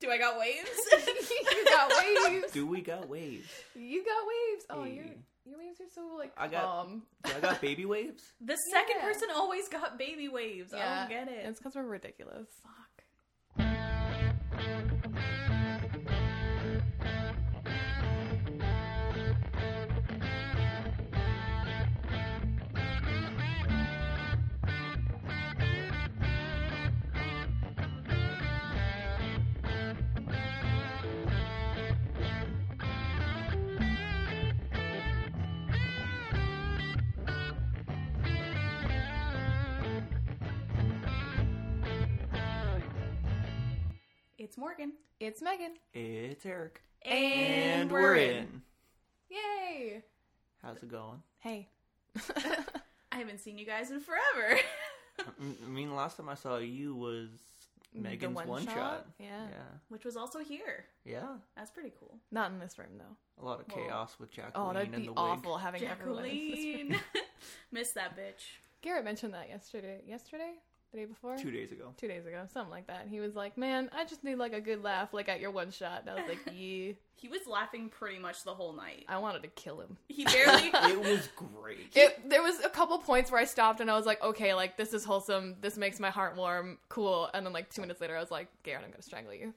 Do I got waves? you got waves. Do we got waves? You got waves. Oh, Hey. your your waves are so like I calm. got- Do I got baby waves? The second Yeah. person always got baby waves. I Yeah. don't get it. It's because we're ridiculous. Fuck. It's Morgan. It's Megan. It's Eric. And, Yay! How's it going? Hey. I haven't seen you guys in forever. M- I mean, last time I saw you was Megan's one, shot. Yeah. Which was also here. yeah, yeah. That's pretty cool. Not in this room though. A lot of Well, chaos with Oh, Jacqueline that'd and be the awful wig. having everyone. in this room. Jacqueline. Miss that bitch. Garrett mentioned that yesterday. Yesterday? The day before? Two days ago. Two days ago, something like that. And he was like, "Man, I just need like a good laugh, like at your one shot." And I was like, "Yeah, He was laughing pretty much the whole night. I wanted to kill him." He barely. it was great. It, there was a couple points where I stopped and I was like, "Okay, like this is wholesome. This makes my heart warm, cool." And then like two minutes later, I was like, "Garrett, I'm gonna strangle you."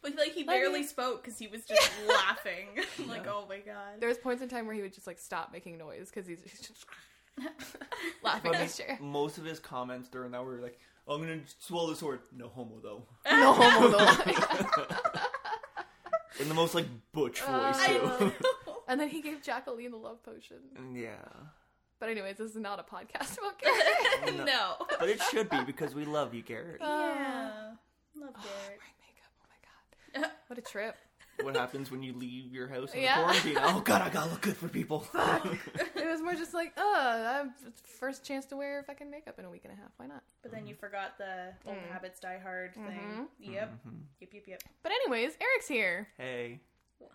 but like he Love you. barely spoke because he was just laughing. like oh my god. There was points in time where he would just like stop making noise because he's just laughing But at his chair. Most of his comments during that were like, "I'm gonna swallow this sword." No homo though. No homo though. In the most like butch Uh, voice. I too. know. and then he gave Jacqueline the love potion. yeah, But anyways, this is not a podcast about Garrett. No. no. but it should be because we love you, Garrett. Yeah. Love Oh, Derek. wearing makeup. Oh my god. What a trip. What happens when you leave your house in Yeah. quarantine? Oh god, I gotta look good for people. It was more just like, oh, I'm first chance to wear fucking makeup in a week and a half. Why not? But then you forgot the old Mm. habits die hard thing. Mhm. Yep. Mm-hmm. Yep. Yep. Yep. But anyways, Eric's here. hey,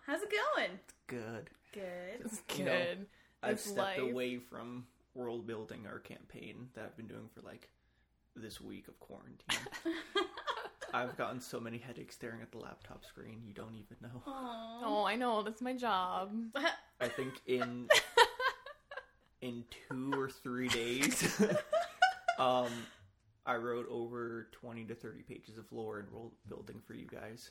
How's it going? good. Good. It's You good. know, I've It's life. stepped away from world building our campaign that I've been doing for like this week of quarantine. I've gotten so many headaches staring at the laptop screen, you don't even know. Aww. oh, I know. That's my job. I think in in two or three days um I wrote over 20 to 30 pages of lore and world building for you guys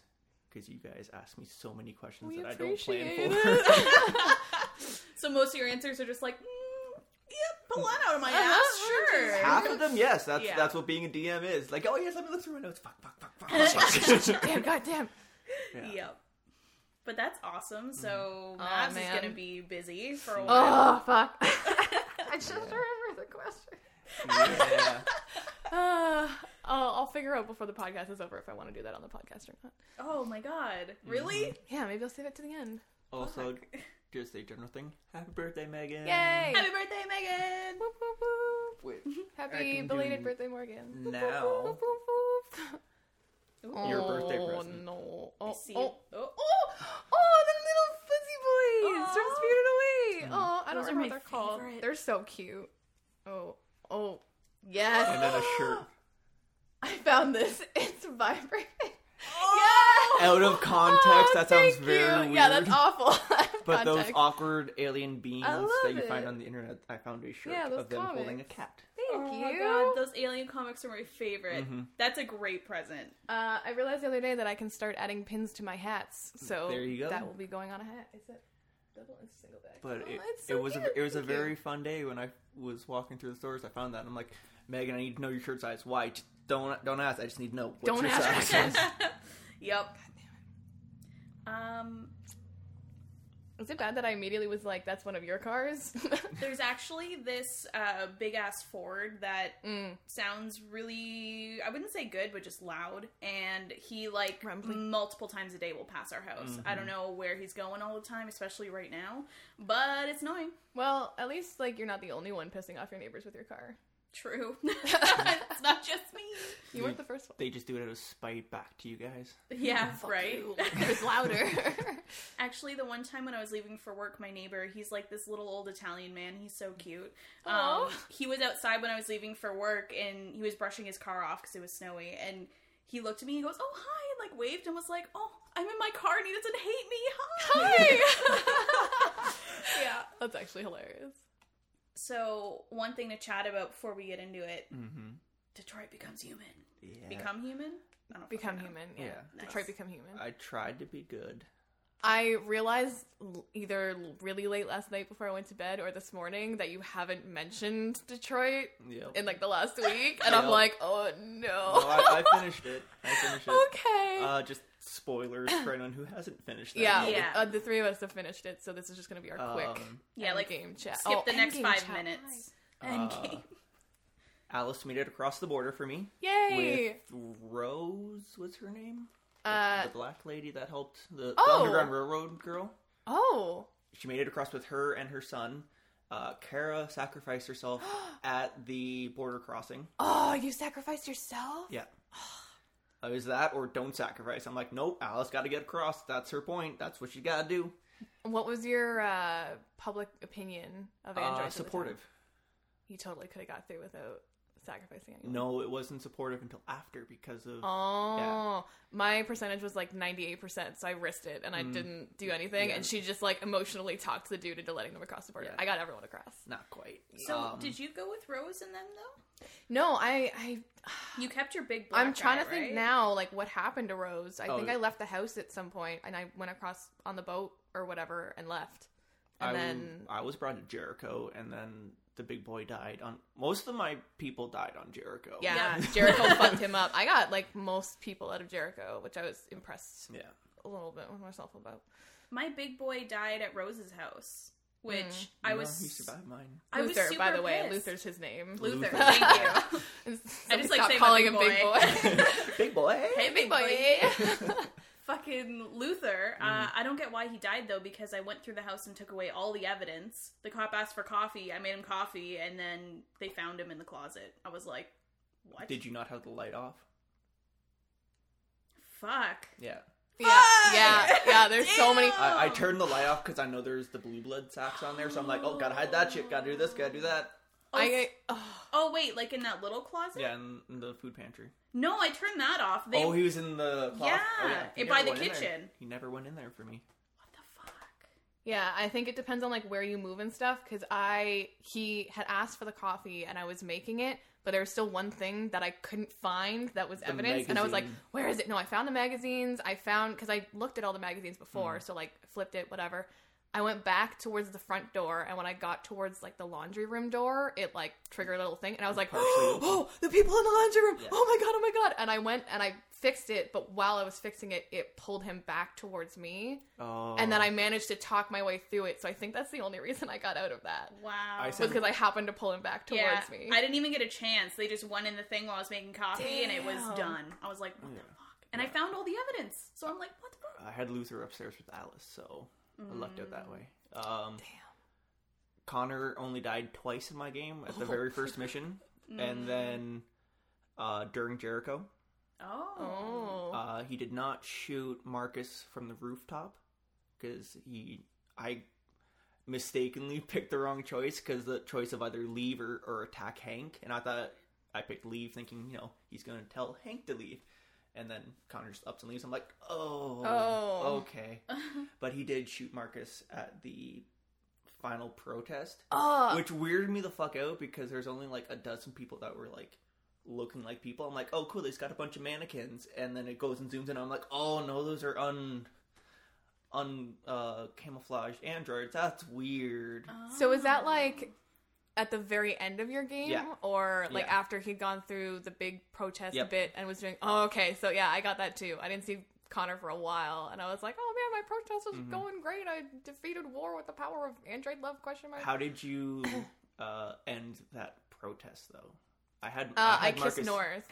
because you guys asked me so many questions We that I don't appreciate plan for. it. so most of your answers are just like, mm, yep, pull that out of my Uh-huh, ass. we're Sure. just- Half of them, yes, that's Yeah. that's what being a DM is. Like, oh yes, let me look through my notes. Fuck, fuck, fuck, fuck. fuck. damn, goddamn. Yeah. Yep. But that's awesome. So Aw, Mavs is man. gonna be busy for a while. Oh, fuck. I just remembered the question. yeah. Uh, I'll, I'll figure out before the podcast is over if I want to do that on the podcast or not. Oh, my god. Really? Yeah, maybe I'll save it to the end. Also, just a general thing. Happy birthday, Megan! Yay! Happy birthday, Megan! Whoop, whoop, whoop. Wait, I Happy can belated do birthday, Morgan. Whoop, whoop, now. whoop, whoop, whoop. Your birthday Oh, present. No. I Oh, see. oh, Oh. oh, oh, the little fuzzy Aw. boys from Spirited Away. Mm. Oh, I don't Those are my remember what they're called. favorite. They're so cute. Oh, oh, yes. and then a shirt I found this. It's vibrating. Oh, Oh! out of context. that sounds Thank you. very weird. Yeah, that's awful. But context. those awkward alien beings I love that you find it. on the internet, I found a shirt Yeah, those of them holding a comics. cat. Thank Oh you. my god, those alien comics are my favorite. Mhm. That's a great present. Uh, I realized the other day that I can start adding pins to my hats, so There you go. that will be going on a hat. Is it double? It's single bag. But Oh, it, it's so it was cute. a, it was a Thank you. very fun day when I was walking through the stores. I found that and I'm like, Megan, I need to know your shirt size. Why? Just don't don't ask. I just need to know. What's Don't your ask. Size? Yep. Um, Is it bad that I immediately was like, "That's one of your cars"? there's actually this uh, big ass Ford that Mm. sounds really I wouldn't say good, but just loud. And he like Rumbly. Mm-hmm. multiple times a day will pass our house. I don't know where he's going all the time, especially right now. But it's annoying. well, at least like you're not the only one pissing off your neighbors with your car. True. it's not just me. You weren't the first one. they just do it out of spite back to you guys. Yeah, Fuck right. you. It was louder. Actually, the one time when I was leaving for work, my neighbor, he's like this little old Italian man. He's so cute. Um, Aw. he was outside when I was leaving for work and he was brushing his car off because it was snowy. And he looked at me and goes, Oh, hi. like waved and was like, "Oh, I'm in my car and he doesn't hate me." Hi. Hi! yeah. That's actually hilarious. So one thing to chat about before we get into it: Mm-hmm. Detroit becomes human. Yeah. Become human. I don't Become fucking know. human. Yeah. Yeah. Detroit Nice. become human. I tried to be good. I realized l- either really late last night before I went to bed or this morning that you haven't mentioned Detroit Yeah. in like the last week, and I'm Yeah. like, oh No, no. I, I finished it. I finished it. okay. Uh, just spoilers for anyone who hasn't finished. That yeah, movie. Yeah. Uh, the three of us have finished it, so this is just gonna be our quick Um, Yeah, like game chat. skip Oh, the next endgame five chat. minutes. Uh, Endgame. Alice made it across the border for me Yay! with Rose. What's her name? The- Uh, the black lady that helped the, the Oh. Underground Railroad girl. oh, She made it across with her and her son. Uh, Kara sacrificed herself at the border crossing. oh, you sacrificed yourself. Yeah. Uh, Is that or don't sacrifice? I'm like, nope. Alice got to get across. That's her point. That's what she got to do. What was your uh, public opinion of Android? Uh, at the time? supportive. You totally could have got through without sacrificing anyone. No, it wasn't supportive until after because of Oh, my percentage was like 98%, so I risked it and I Mm. didn't do anything. Yeah. And she just like emotionally talked the dude into letting them across the border. Yeah. I got everyone across. not quite. So Um, did you go with Rose and them though? No, I, I, You kept your big. Black I'm trying eye, to think right? now, like what happened to Rose. I Oh, think yeah. I left the house at some point and I went across on the boat or whatever and left. And I, then, I was brought to Jericho, and then the big boy died on. Most of my people died on Jericho. yeah, Yeah. Jericho fucked him up. I got like most people out of Jericho, which I was impressed yeah. a little bit with myself about. My big boy died at Rose's house, which Mm. I No, was. He survived mine. I was Luther, by super the way, pissed. Luther's his name. Luther. Luther. Thank you. I just, just like, like say calling him my big big boy. big boy. Hey, big boy. fucking Luther. Mm. Uh, I don't get why he died though, because I went through the house and took away all the evidence. The cop asked for coffee. I made him coffee, and then they found him in the closet. I was like, "What? Did you not have the light off? Fuck." Yeah. yeah, yeah, yeah. There's so many. Damn. I, I Oh. turned the light off because I know there's the blue blood sacks on there, so I'm like, oh, gotta hide that shit, gotta do this, gotta do that. I oh, Oh wait, like in that little closet? Yeah, in, in the food pantry. No, I turned that off. They. oh, he was in the closet. Oh, Yeah, He it- never by the went in there. kitchen. He never went in there for me. What the fuck? yeah. I think it depends on like where you move and stuff. Because I he had asked for the coffee and I was making it, but there was still one thing that I couldn't find that was The evidence, and I was like, magazine. "Where is it?" No, I found the magazines. I found because I looked at all the magazines before, Mm. so like flipped it, whatever. I went back towards the front door, and when I got towards like the laundry room door, it like triggered a little thing, and I was like, Partially "Oh, open. oh, the people in the laundry room! Yeah. Oh my god, oh my god!" And I went and I fixed it, but while I was fixing it, it pulled him back towards me, Oh. and then I managed to talk my way through it. So I think that's the only reason I got out of that Wow. I was said- because I happened to pull him back towards yeah, me. I didn't even get a chance. They just went in the thing while I was making coffee, and it was Damn. done. I was like, "What Yeah. the fuck?" And I found all the evidence, so I'm like, "What the fuck?" I had Luther upstairs with Alice, so I lucked out that way. Um, Mm. Damn. Connor only died twice in my game at the Oh. Mm. very first mission, and then uh, during Jericho, Oh. Oh, uh, he did not shoot Marcus from the rooftop because he I mistakenly picked the wrong choice because the choice of either leave or, or attack Hank, and I thought I picked leave, thinking you know he's going to tell Hank to leave, and then Connor just ups and leaves. I'm like, oh, Oh. okay, but he did shoot Marcus at the final protest oh, which weirded me the fuck out because there's only like a dozen people that were like looking like people. I'm like, oh cool, they've got a bunch of mannequins, and then it goes and zooms in. I'm like, oh no, those are un un uh, camouflaged androids. That's weird. So was that like at the very end of your game, Yeah. or like Yeah. after he'd gone through the big protest Yep. bit and was doing? Oh, okay. So yeah, I got that too. I didn't see Connor for a while, and I was like, oh man, my protest was Mhm. going great. I defeated war with the power of android love? Question mark. How did you uh, end that protest though? I had uh, I had kissed Marcus- North.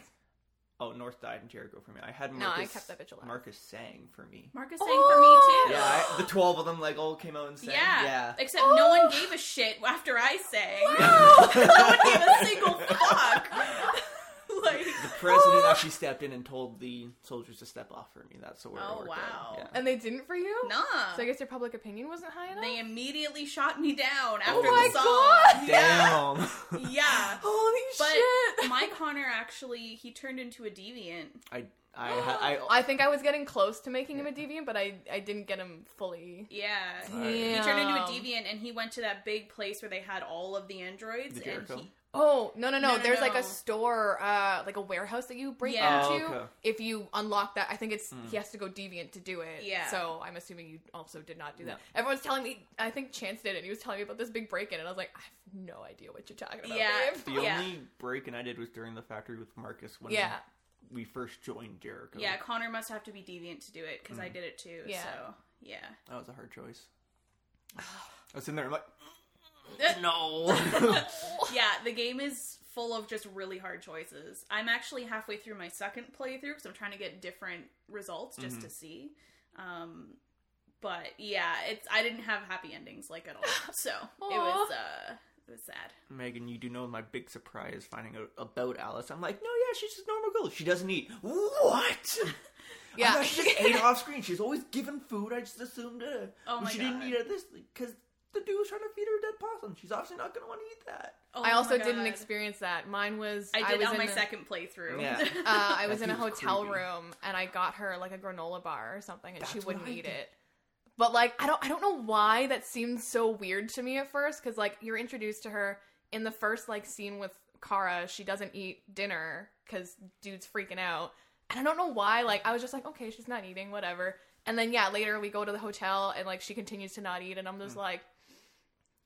Oh, North died in Jericho for me. I had No, I Marcus. kept that bitch alive. Marcus sang for me. Marcus Oh! sang for me too. Yeah, I, the twelve of them like all came out and sang. Yeah. yeah. Except Oh. no one gave a shit after I sang. no one gave a single fuck. like, The president actually stepped in and told the soldiers to step off for me. That's the word. Oh, I worked out. wow. Yeah. And they didn't for you. nah. So I guess your public opinion wasn't high enough. they immediately shot me down after oh my the song. god! Damn. Yeah. Holy But shit! my Connor actually he turned into a deviant. I I ha- I, I think I was getting close to making him a deviant, but I, I didn't get him fully. Yeah. Right. He turned into a Damn. deviant and he went to that big place where they had all of the androids. The and Jericho? he, Oh no no no! No, no, There's like no. a store, uh, like a warehouse that you break Yeah. into. Oh, okay. If you unlock that, I think it's Mm. he has to go deviant to do it. Yeah. So I'm assuming you also did not do that. No. Everyone's telling me. I think Chance did, and he was telling me about this big break in, and I was like, I have no idea what you're talking about. Yeah. babe. the Yeah. only break and I did was during the factory with Marcus when Yeah. we first joined Jericho. yeah, Connor must have to be deviant to do it because I Mm. did it too. Yeah. So yeah. that was a hard choice. I was in there. I'm like, no. Yeah, the game is full of just really hard choices. I'm actually halfway through my second playthrough because I'm trying to get different results just Mm-hmm. to see. Um, but yeah, it's I didn't have happy endings like at all, so it was uh, it was sad. Megan, you do know my big surprise finding out about Alice. I'm like, no, yeah, she's just a normal girl. She doesn't eat. What? I Yeah. thought she just ate off screen. She's always given food. I just assumed. Uh, Oh my she God. didn't eat at this because the dude was trying to feed her a dead possum. She's obviously not going to want to eat that. Oh I my also God. didn't experience that. Mine was I did was on in my a- second playthrough. Yeah. Uh, I That was in a seems hotel creepy. room and I got her like a granola bar or something, and she That's what wouldn't I eat did. it. But like, I don't, I don't know why that seemed so weird to me at first, because like you're introduced to her in the first like scene with Kara, she doesn't eat dinner because dude's freaking out, and I don't know why. Like, I was just like, okay, she's not eating, whatever. And then yeah, later we go to the hotel and like she continues to not eat, and I'm Hmm. just like.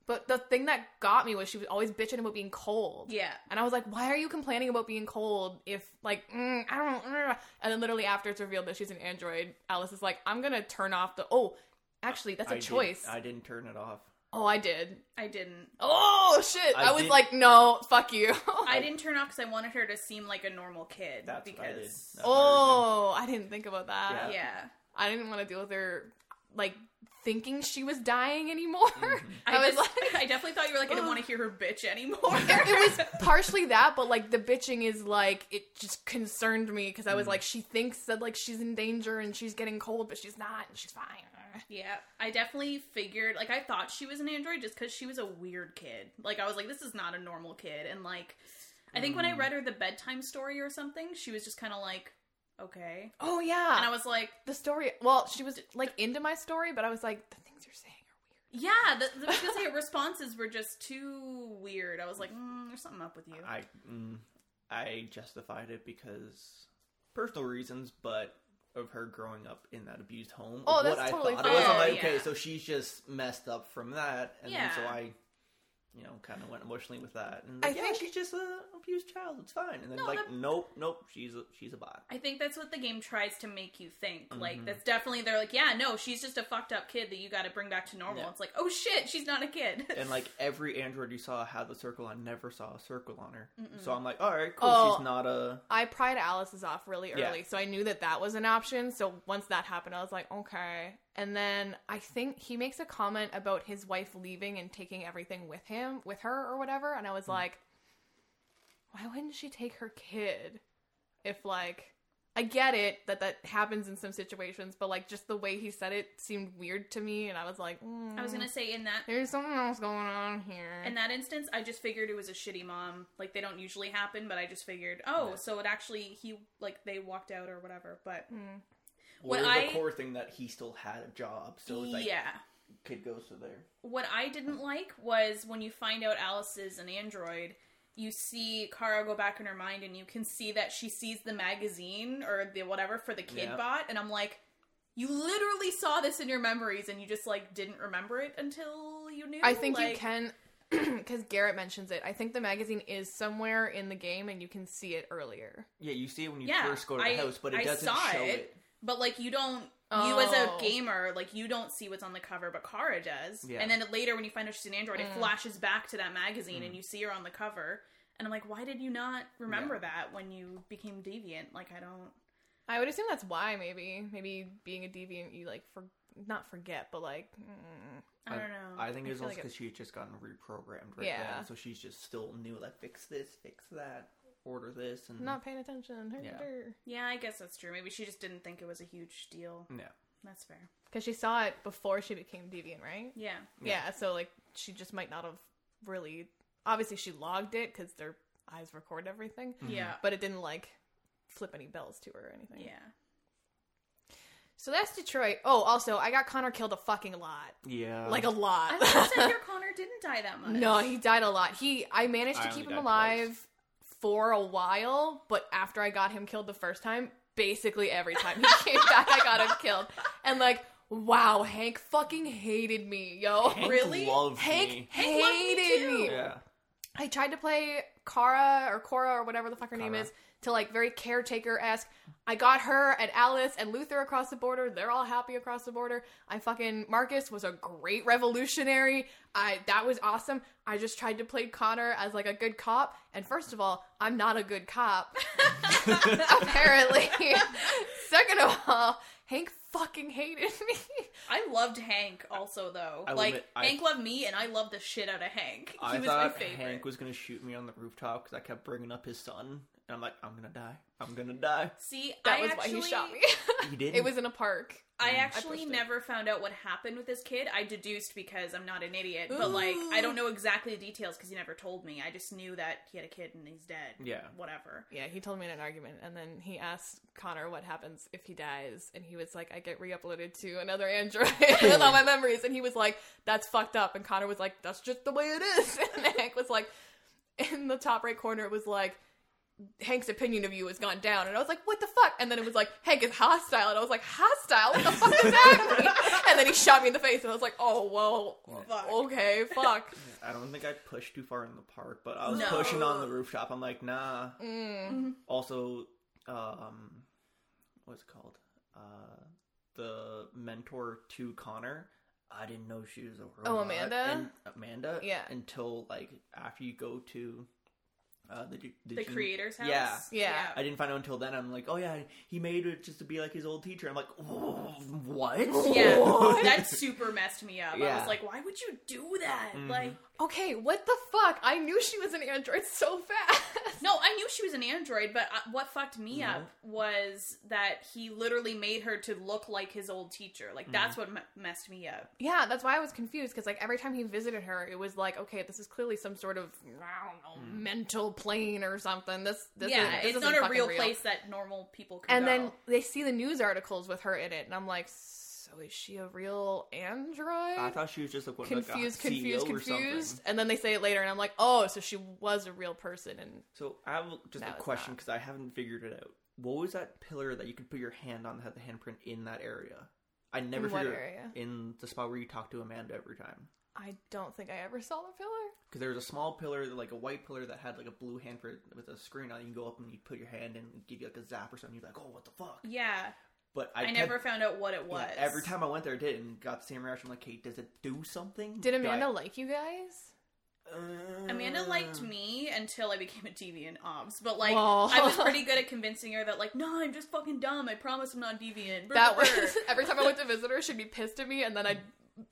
But the thing that got me was she was always bitching about being cold. Yeah. And I was like, why are you complaining about being cold if, like, mm, I don't uh. And then literally after it's revealed that she's an android, Alice is like, I'm going to turn off the. Oh, actually, that's a I did- choice. I didn't turn it off. oh, I did. I didn't. Oh, shit. I, I was did- like, no, fuck you. I didn't turn off because I wanted her to seem like a normal kid. That's because what I did. That's oh, I didn't think about that. Yeah. yeah, I didn't want to deal with her, like, thinking she was dying anymore. I, Mm-hmm. I, was just- like, I definitely thought you were like, I didn't want to hear her bitch anymore. it, it was partially that, but like the bitching is like it just concerned me because I was like, she thinks that like she's in danger and she's getting cold, but she's not, and she's fine. Yeah, I definitely figured, like, I thought she was an android just because she was a weird kid. Like, I was like, this is not a normal kid. And, like, I think when I read her the bedtime story or something, she was just kind of like, okay. Oh yeah, And I was like, the story. Well, she was like into my story, but I was like, the things you're saying are yeah, the, the, because her responses were just too weird. I was like, mm, there's something up with you. I mm, I justified it because personal reasons, but of her growing up in that abused home. Oh, of that's what totally I thought it was. I'm fair. like, Yeah. okay, so she's just messed up from that, and then so Yeah. I, you know, kind of went emotionally with that. And I like, yeah, think- she's just an abused child. It's fine. And then No, like, that- nope, nope, she's a, she's a bot. I think that's what the game tries to make you think. Like, that's definitely, they're like, yeah, no, she's just a fucked up kid that you got to bring back to normal. Yeah. It's like, oh shit, she's not a kid. And like every android you saw had the circle on, never saw a circle on her. So I'm like, all right, cool. Oh. She's not a. weird. I pried Alice's off really early, Yeah. so I knew that that was an option. So once that happened, I was like, okay. And then I think he makes a comment about his wife leaving and taking everything with him, with her or whatever, and I was like, why wouldn't she take her kid if like i get it that that happens in some situations but like just the way he said it seemed weird to me and i was like mm, I was going to say, in that there's something else going on here In that instance, I just figured it was a shitty mom. Like they don't usually happen, but I just figured, oh, so it actually he like they walked out or whatever. But When Whereas I- the core thing that he still had a job, so it's like yeah, kid goes to there. what I didn't like was when you find out Alice is an android. You see Kara go back in her mind, and you can see that she sees the magazine or the whatever for the kid Yeah. bot, and I'm like, you literally saw this in your memories, and you just like didn't remember it until you knew. i think you Like, can because garrett mentions it i think the magazine is somewhere in the game and you can see it earlier Yeah, you see it when you Yeah, first go to the I- house, but it I doesn't saw show it. it. But like you don't you as a Oh. gamer, like you don't see what's on the cover, but Kara does. Yeah. And then later when you find out she's an android, it Mm. flashes back to that magazine Mm. and you see her on the cover. And I'm like, why did you not remember that when you became deviant? Like I don't i would assume that's why maybe maybe being a deviant you like for not forget but like mm. I don't know. I think I it's feel also like it- because she had just gotten reprogrammed right Yeah. then, so she's just still new. Like fix this, fix that, order this, and not paying attention Yeah. yeah, I guess that's true. Maybe she just didn't think it was a huge deal. yeah, That's fair. because she saw it before she became deviant right Yeah. Yeah. so like she just might not have Mm-hmm. really. Obviously, she logged it because their eyes record everything, Yeah. but it didn't like flip any bells to her or anything. Yeah. So that's Detroit. Oh, also, I got Connor killed a fucking lot. Yeah. Like a lot. I thought Senator Connor didn't die that much. No, he died a lot. He I managed to I keep only him died twice. alive for a while, but after I got him killed the first time, basically every time he came back I got him killed. And like, wow, Hank fucking hated me, yo. Hank really? loved Hank me. Hank loved me hated too. me. Yeah. I tried to play Kara or Cora or whatever the fuck her name Kara. is to like very caretaker esque. I got her and Alice and Luther across the border. They're all happy across the border. I fucking Marcus was a great revolutionary. I that was awesome. I just tried to play Connor as like a good cop. And first of all, I'm not a good cop. apparently. Second of all, Hank fucking hated me. I loved Hank also though. I will like admit, I- Hank loved me, and I loved the shit out of Hank. He I was my thought favorite. Hank was gonna shoot me on the rooftop because I kept bringing up his son, and I'm like, I'm gonna die. I'm gonna die. See, That I was actually, why he shot me. He didn't. it was in a park. I Mm. I actually pushed it. never found out what happened with this kid. I deduced because I'm not an idiot, but like Ooh. I don't know exactly the details because he never told me. I just knew that he had a kid and he's dead. Yeah. whatever. Yeah, he told me in an argument, and then he asked Connor what happens if he dies, and he was like, "I get re-uploaded to another android with all my memories," and he was like, "That's fucked up," and Connor was like, "That's just the way it is," and Hank was like, in the top right corner, it was like. Hank's opinion of you has gone down, and I was like, "What the fuck?" And then it was like, "Hank is hostile," and I was like, "Hostile? What the fuck does that mean?" And then he shot me in the face, and I was like, "Oh, whoa, Fuck. okay, fuck." I don't think I pushed too far in the park, but I was No. pushing on the rooftop. I'm like, nah. Mm. Also, um, what's it called? Uh, the mentor to Connor. I didn't know she was a robot. Oh, Amanda? And Amanda. Yeah. Until like after you go to uh, the the, The creator's house. Yeah. Yeah. I didn't find out until then. I'm like, oh yeah, he made it just to be like his old teacher. I'm like, "Oh, what? Yeah, that super messed me up. I Yeah. was like, why would you do that? Mhm. Like, Okay, what the fuck? I knew she was an android so fast. no, I knew she was an android, but uh, what fucked me Mhm. up was that he literally made her to look like his old teacher. Like, that's Mm-hmm. what m- messed me up. yeah, that's why I was confused because like every time he visited her, it was like, okay, this is clearly some sort of I don't Hmm. know mental plane or something. This, this yeah, isn't- this it's isn't not a fucking real, place that normal people can And go. then they see the news articles with her in it, and I'm like, so is she a real android? I thought she was just like one of the confused, CEO confused, or something. confused. And then they say it later, and I'm like, oh, so she was a real person. And So I have just No, a it's question not. because I haven't figured it out. What was that pillar that you could put your hand on that had the handprint in that area? I never In what figured area? in the spot where you talk to Amanda every time I don't think I ever saw the pillar. because there was a small pillar, like a white pillar that had like a blue handprint with a screen on. it. You go up and you put your hand in, and give you like a zap or something. You're like, oh, what the fuck? yeah, But I, I, kept- never found out what it yeah, was. every time I went there, I did and got the same reaction. Like, hey, does it do something? Did Do I- Amanda like you guys? Uh, Amanda liked me until I became a deviant obs, but like Whoa. I was pretty good at convincing her that like, no, I'm just fucking dumb. I promise I'm not deviant. That was every time I went to visit her, she'd be pissed at me, and then I'd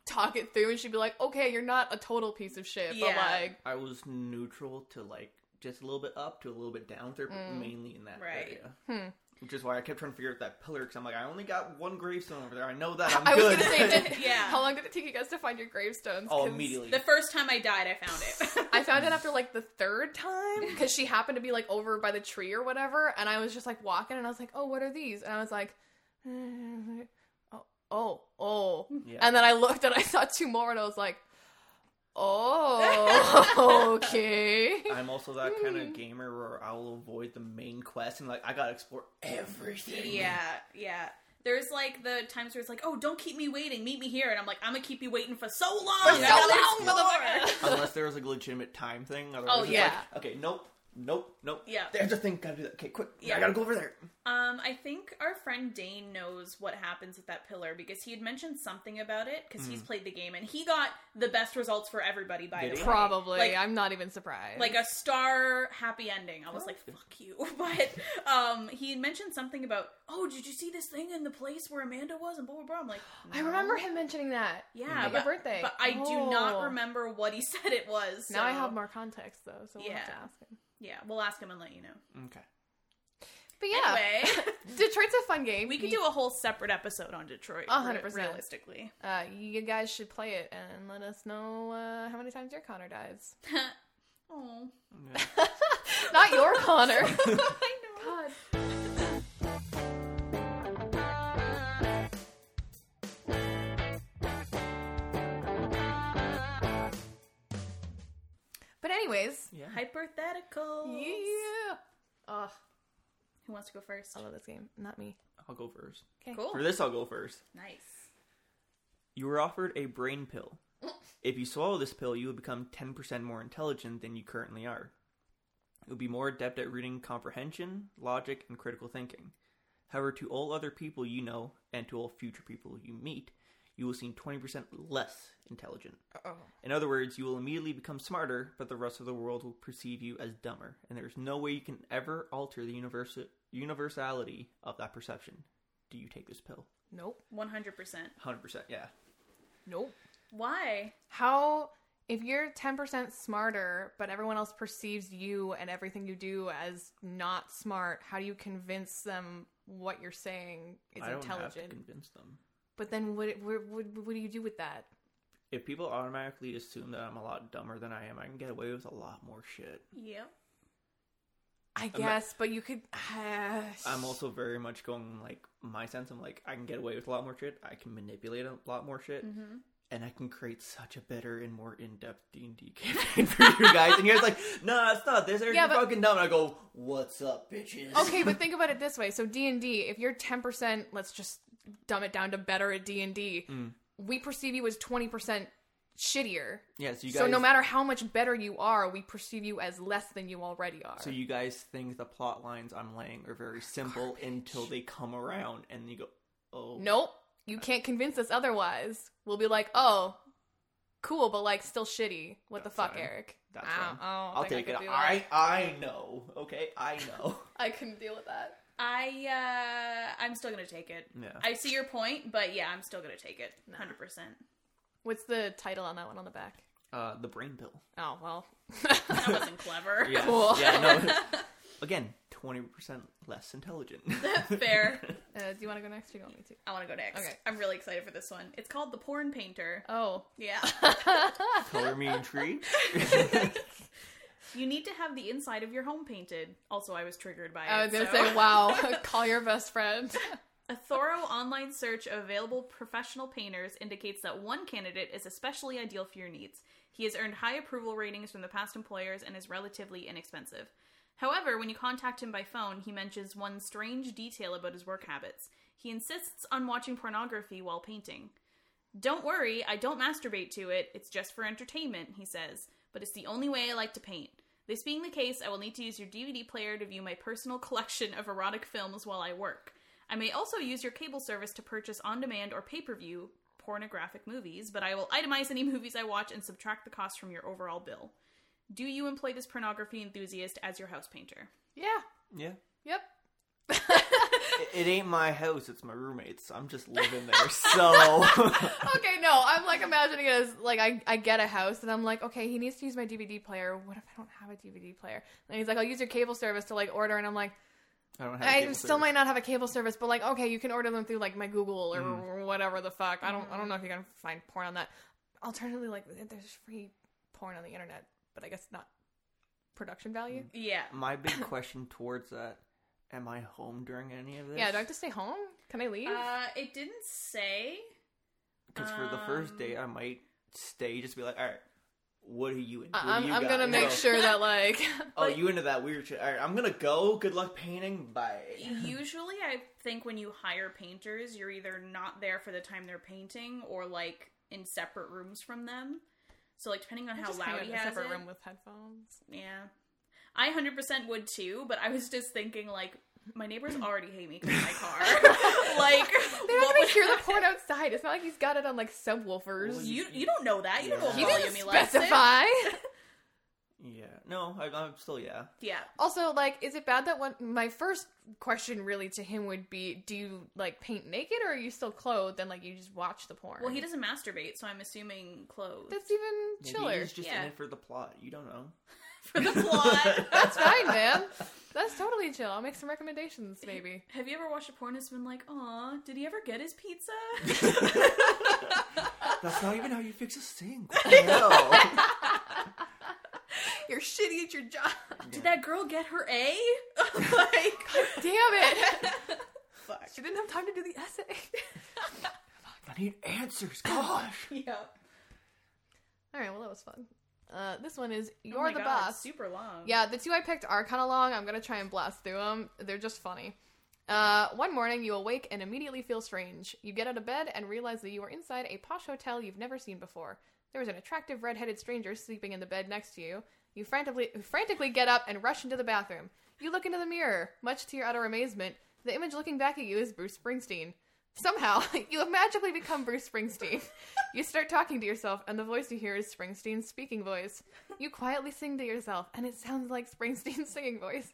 talk it through, and she'd be like, "Okay, you're not a total piece of shit, but Yeah. like, I was neutral to like just a little bit up to a little bit down there, but mainly in that Right. area. Which is why I kept trying to figure out that pillar because I'm like, I only got one gravestone over there. I know that I'm I was good. gonna say, did, Yeah. How long did it take you guys to find your gravestones? oh, 'Cause immediately. the first time I died, I found it. I found it after like the third time because she happened to be like over by the tree or whatever, and I was just like walking, and I was like, "Oh, what are these?" And I was like, "Oh, oh, oh," Yeah. and then I looked and I saw two more, and I was like, "Oh, okay." I'm also that kind of gamer where I'll avoid the main quest and like I gotta explore everything. yeah, yeah. There's like the times where it's like, oh, don't keep me waiting. Meet me here, and I'm like, I'm gonna keep you waiting for so long. I so gotta long, explore." motherfucker. Unless there was like a legitimate time thing. Otherwise Oh, it's yeah. Like, okay, nope, nope, nope. Yeah. There's a thing. Gotta do that. Okay, quick. Yeah. Yeah. I gotta go over there. Um, I think our friend Dane knows what happens with that pillar because he had mentioned something about it because he's played the game and he got the best results for everybody by Hmm. Did the he? way. Probably, Like, I'm not even surprised. like a star happy ending. I was Oh. like, fuck you. But um he had mentioned something about, oh, did you see this thing in the place where Amanda was and blah blah blah. I'm like, I "No." remember him mentioning that. Yeah, At but, your birthday. But I do not Oh. remember what he said it was. Now I so- have more context though, so we'll have to Yeah. ask him. Yeah, we'll ask him and let you know. Okay. But yeah, Anyway, Detroit's a fun game. we could You- do a whole separate episode on Detroit. A hundred re- percent. realistically. Uh, you guys should play it and let us know uh, how many times your Connor dies. Oh, Yeah. Not your Connor. I know. God. Anyways. Yeah. Hypothetical. Yeah. Ugh. Who wants to go first? I love this game. Not me. I'll go first. Okay. Cool. For this, I'll go first. Nice. You were offered a brain pill. If you swallow this pill, you will become 10% more intelligent than you currently are. You'll be more adept at reading comprehension, logic, and critical thinking. However, to all other people you know and to all future people you meet, you will seem 20% less intelligent. Oh. In other words, you will immediately become smarter, but the rest of the world will perceive you as dumber, and there's no way you can ever alter the universe- universality of that perception. Do you take this pill? Nope. One hundred percent. 100%, yeah. Nope. Why? How if you're 10% smarter, but everyone else perceives you and everything you do as not smart, how do you convince them what you're saying is I don't intelligent? have to convince them. but then what, what what what do you do with that? If people automatically assume that I'm a lot dumber than I am, I can get away with a lot more shit. Yep. I guess, but you could I'm also very much going like my sense. I'm like I can get away with a lot more shit. I can manipulate a lot more shit, Mm-hmm. and I can create such a better and more in-depth D and D campaign for you guys. and you guys like, no, it's not this. They're Yeah, but- fucking dumb. And I go, what's up, bitches? okay, but think about it this way. So D&D, if you're 10%, let's just dumb it down to better at D&D, Mm. we perceive you as 20% shittier. Yeah. So you guys. So no matter how much better you are, we perceive you as less than you already are. So you guys think the plot lines I'm laying are very simple until they come around, and you go, oh nope, you can't convince us otherwise. We'll be like, "Oh, cool, but like still shitty. What the That's fuck, fine. Eric?" That's I fine. don't- I don't think Oh, I'll I take could it. do that. I I know. Okay, I know. I couldn't deal with that. I uh I'm still gonna take it. Yeah. I see your point, but yeah, I'm still gonna take it. Hundred percent. What's the title on that one on the back? Uh, the brain pill. Oh, well. Uh, That wasn't clever. Yeah. Cool. Yeah. No. Again, twenty percent less intelligent. Fair. Uh, do you want to go next or do you want me to? I want to go next. Okay. I'm really excited for this one. It's called the Porn Painter. Oh. Yeah. Color me intrigued. you need to have the inside of your home painted. Also, I was triggered by it. I was going to so- say, wow, call your best friend. A thorough online search of available professional painters indicates that one candidate is especially ideal for your needs. He has earned high approval ratings from the past employers and is relatively inexpensive. However, when you contact him by phone, he mentions one strange detail about his work habits. He insists on watching pornography while painting. Don't worry, I don't masturbate to it. It's just for entertainment, he says, but it's the only way I like to paint. This being the case, I will need to use your DVD player to view my personal collection of erotic films while I work. I may also use your cable service to purchase on demand or pay per view pornographic movies, but I will itemize any movies I watch and subtract the cost from your overall bill. Do you employ this pornography enthusiast as your house painter? yeah. Yeah. Yep. It, it ain't my house. It's my roommate's. I'm just living there. So Okay, no, I'm like imagining it as like I, I get a house and I'm like, okay, he needs to use my DVD player. What if I don't have a DVD player? And he's like, I'll use your cable service to like order. And I'm like, I don't have. I cable still service. might not have a cable service, but like, okay, you can order them through like my Google or Mm. whatever the fuck. I don't I Mm. don't know if you can find porn on that. Alternatively, like there's free porn on the internet, but I guess not production value. Yeah. My big question towards that: Am I home during any of this? Yeah, do I have to stay home? Can I leave? Uh, it didn't say. Because for the first day, um, I might stay. Just be like, all right. What are you into? What do I- Uh, I'm, you I'm got?" gonna And make go, sure that like Oh, you into that weird shit? All right, I'm gonna go. Good luck painting. Bye. Usually, I think when you hire painters, you're either not there for the time they're painting or like in separate rooms from them. So, like, depending on how just hang out loud in he a has separate it, room with headphones. Yeah. I 100% would too, but I was just thinking, like, my neighbors already hate me because of my car. like, They don't what even would hear the porn outside. It's not like he's got it on like subwoofers. Well, you, you don't know that. You don't know what you volume didn't he likes it. specify. Yeah. No, I, I'm still yeah. Yeah. also, like, is it bad that one? My first question really to him would be, do you like paint naked or are you still clothed? And like you just watch the porn. Well, he doesn't masturbate, so I'm assuming clothes. That's even Maybe chiller. he's just Yeah. in it for the plot. You don't know. For the plot. That's fine, man. That's totally chill. I'll make some recommendations, maybe. Have you ever watched a porn that's been like, aw, did he ever get his pizza? That's not even how you fix a sink. No. You're shitty at your job. Did that girl get her A? like, Damn it. fuck. She didn't have time to do the essay. I need answers. Gosh. Yeah. All right, well, that was fun. Uh, this one is Oh You're my the God, it's Boss. Super long. Yeah, the two I picked are kind of long. I'm going to try and blast through them. They're just funny. Uh, one morning, you awake and immediately feel strange. You get out of bed and realize that you are inside a posh hotel you've never seen before. There is an attractive redheaded stranger sleeping in the bed next to you. You frantically, frantically get up and rush into the bathroom. You look into the mirror. Much to your utter amazement, the image looking back at you is Bruce Springsteen. Somehow, you have magically become Bruce Springsteen. You start talking to yourself, and the voice you hear is Springsteen's speaking voice. You quietly sing to yourself, and it sounds like Springsteen's singing voice.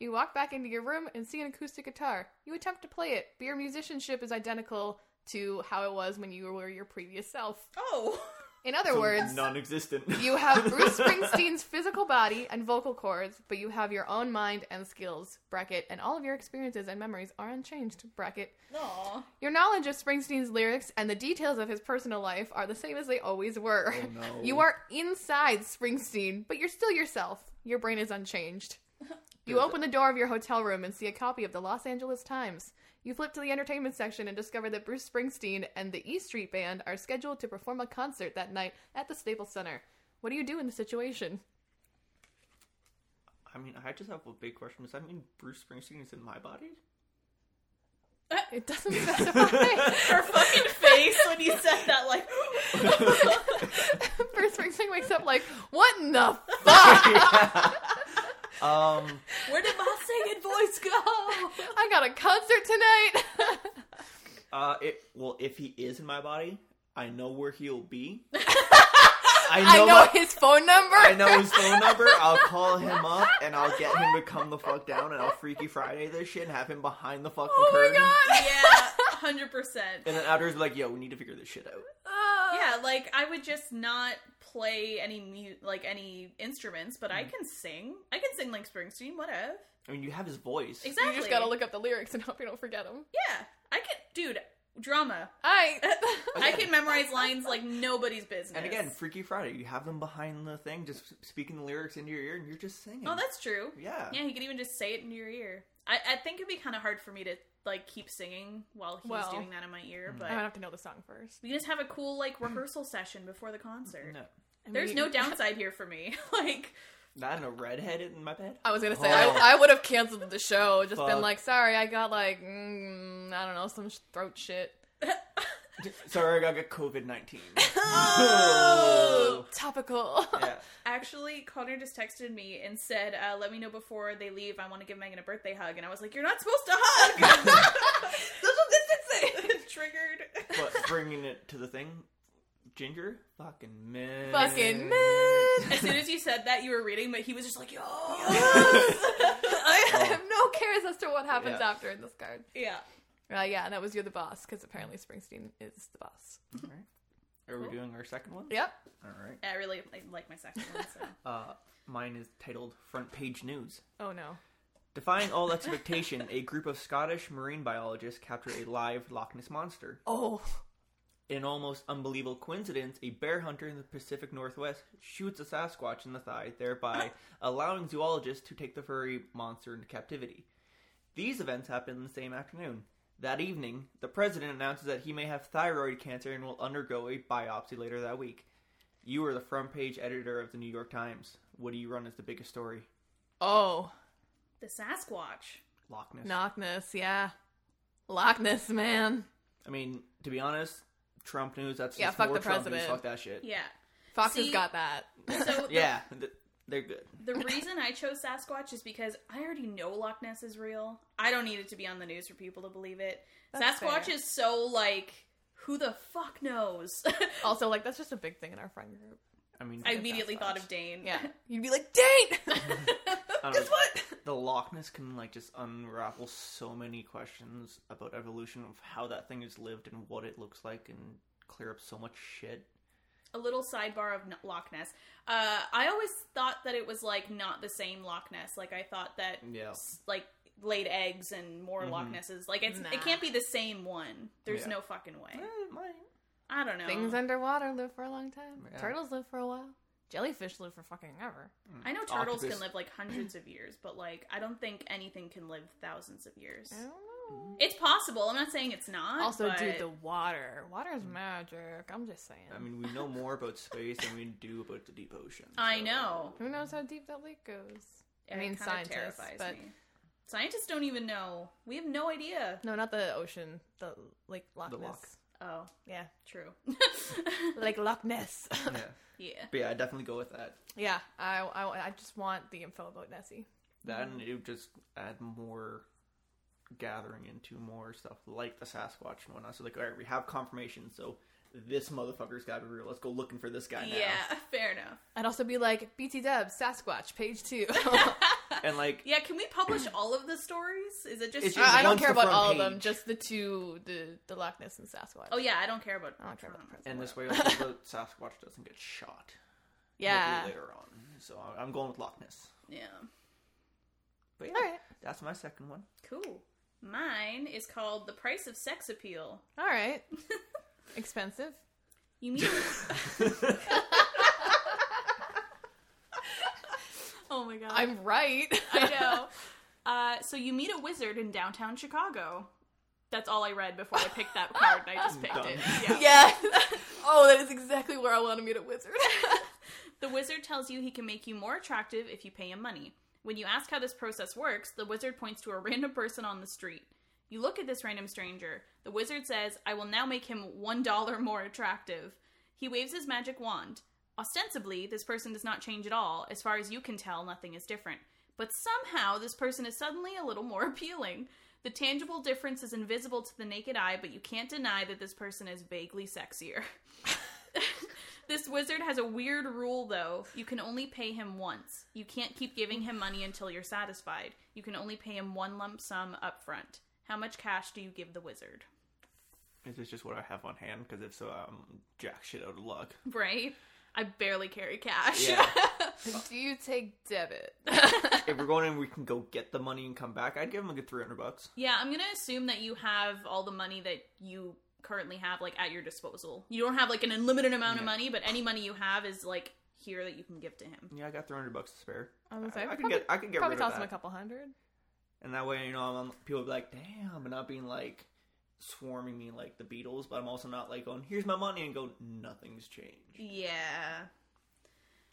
You walk back into your room and see an acoustic guitar. You attempt to play it, but your musicianship is identical to how it was when you were your previous self. Oh. In other So words, non-existent. you have Bruce Springsteen's physical body and vocal cords, but you have your own mind and skills, bracket, and all of your experiences and memories are unchanged, bracket. Aw. Your knowledge of Springsteen's lyrics and the details of his personal life are the same as they always were. Oh, no. You are inside Springsteen, but you're still yourself. Your brain is unchanged. You Good. open the door of your hotel room and see a copy of the Los Angeles Times. You flip to the entertainment section and discover that Bruce Springsteen and the E Street Band are scheduled to perform a concert that night at the Staples Center. What do you do in the situation? I mean, I just have a big question. Does that mean Bruce Springsteen is in my body? It doesn't specify. Her fucking face when you said that, like. Bruce Springsteen wakes up like, "What in the Um, Where did my singing voice go? I got a concert tonight. uh, it, well, if he is in my body, I know where he'll be. I know, my- his phone number. I know his phone number. I'll call him up and I'll get him to come the fuck down and I'll Freaky Friday this shit and have him behind the fucking Oh curtain. my god. Yeah, hundred percent. And then afterwards, like, yo, we need to figure this shit out. Uh, Yeah, like I would just not play any mu- like any instruments, but Mm. I can sing. I can sing like Springsteen. What if? I mean, you have his voice. Exactly. You just gotta look up the lyrics and hope you don't forget them. Yeah, I can, dude. Drama. I. I can memorize lines like nobody's business. Oh, And again, Freaky Friday, you have them behind the thing, just speaking the lyrics into your ear, and you're just singing. oh, that's true. yeah. Yeah, he could even just say it in your ear. I, I think it'd be kind of hard for me to like keep singing while he's Well. doing that in my mm. ear, I would but have to know the song first. we just have a cool like rehearsal session before the concert. No, I There's mean- no downside here for me. like, not in a redhead in my bed. I was gonna say Oh. I, I would have canceled the show. Just been Fuck. like, sorry, I got like, mm, I don't know, some sh- throat shit. Sorry, I got get COVID nineteen. Oh! Topical. yeah. actually, Connor just texted me and said, uh, "Let me know before they leave. I want to give Megan a birthday hug." And I was like, "You're not supposed to hug." Social distancing. Triggered. But bringing it to the thing, Ginger, fucking man, Fucking man. As soon as you said that, you were reading, but he was just like, "Yo." I have no cares as to what happens Oh. Yeah. after in this card. yeah. Uh, yeah, and that was you're the boss because apparently Springsteen is the boss. All right. Are we doing our second one? Yep. All right. I really I like my second one. So. Uh, mine is titled "Front Page News." Oh no. Defying all expectation, a group of Scottish marine biologists capture a live Loch Ness monster. Oh. In an almost unbelievable coincidence, a bear hunter in the Pacific Northwest shoots a Sasquatch in the thigh, thereby allowing zoologists to take the furry monster into captivity. These events happen in the same afternoon. That evening, the president announces that he may have thyroid cancer and will undergo a biopsy later that week. You are the front page editor of the New York Times. What do you run as the biggest story? Oh. The Sasquatch. Loch Ness. Loch Ness, yeah. Loch Ness, man. I mean, to be honest, Trump news. That's Yeah, just fuck more the Trump president. News, fuck that shit. Yeah. Fox See- has got that. So the- Yeah, th- they're good. the reason I chose Sasquatch is because I already know Loch Ness is real. I don't need it to be on the news for people to believe it. That's Sasquatch fair. is so like who the fuck knows? Also, like, that's just a big thing in our friend group. I mean, I immediately Sasquatch. thought of Dane. Yeah. You'd be like, date! I don't Guess know. what? the Loch Ness can like just unravel so many questions about evolution of how that thing is lived and what it looks like and clear up so much shit. a little sidebar of N- Loch Ness. Uh, I always thought that it was like not the same Loch Ness. Like I thought that Yeah. s- like laid eggs and more Loch Mhm. Nesses. Like it's Nah. it can't be the same one. There's Yeah. no fucking Eh, way. mine. I don't know. Things underwater live for a long time. Yeah. Turtles live for a while. Jellyfish live for fucking ever. Hmm. I know turtles Octopus. can live like hundreds of years, but like I don't think anything can live thousands of years. I don't know. It's possible. I'm not saying it's not. Oh. Mm-hmm. Also, dude, but- the water. Water is magic. I'm just saying. Mm. I mean, we know more about space than we do about the deep ocean. I so- know. mm. who knows how deep that lake goes? I It mean, kinda scientists, terrifies but- me. scientists don't even know. We have no idea. No, not the ocean. The like Loch The Ness. loch. Oh, Yeah, true. like Loch Ness. Yeah. yeah. But yeah, I definitely go with that. yeah, I, I I just want the info about Nessie. That Mm-hmm. and it would just add more gathering into more stuff like the Sasquatch and whatnot. So like, all right, we have confirmation. So this motherfucker's got to be real. Let's go looking for this guy now. Yeah, fair enough. I'd also be like BT Dub Sasquatch page two. And like, Yeah, can we publish all of the stories? Is it just? It's just- I, I don't One's care the about front all of them, page. just the two, the the Loch Ness and Sasquatch. oh yeah, I don't care about. I don't care about the Toronto. president. and this way, also the Sasquatch doesn't get shot. yeah. Later on, so I- I'm going with Loch Ness. Yeah, But yeah, All right, that's my second one. cool. Mine is called "The Price of Sex Appeal." all right. Expensive. You mean? oh my god! I'm right. I know. Uh, so you meet a wizard in downtown Chicago. That's all I read before I picked that card, and I just picked Done. it. Yeah. yes. Oh, that is exactly where I want to meet a wizard. The wizard tells you he can make you more attractive if you pay him money. When you ask how this process works, the wizard points to a random person on the street. You look at this random stranger. The wizard says, I will now make him $1 more attractive. He waves his magic wand. Ostensibly, this person does not change at all. As far as you can tell, nothing is different. But somehow, this person is suddenly a little more appealing. The tangible difference is invisible to the naked eye, but you can't deny that this person is vaguely sexier. This wizard has a weird rule, though. You can only pay him once. You can't keep giving him money until you're satisfied. You can only pay him one lump sum up front. How much cash do you give the wizard? Is this just what I have on hand? Because if so, I'm jack shit out of luck. Right? I barely carry cash. Do you take debit? if we're going in, we can go get the money and come back. I'd give him a good three hundred bucks. yeah, I'm going to assume that you have all the money that you currently have like at your disposal. You don't have like an unlimited amount of Yeah. money, but any money you have is like here that you can give to him. Yeah, I got three hundred bucks to spare. I was gonna say, I, I'd I could probably- get. I could get Probably rid toss of him that. a couple hundred. And that way, you know, I'm, people will be like, damn, and not being like swarming me like the Beatles, but I'm also not like going, here's my money and go, nothing's E changed. Yeah.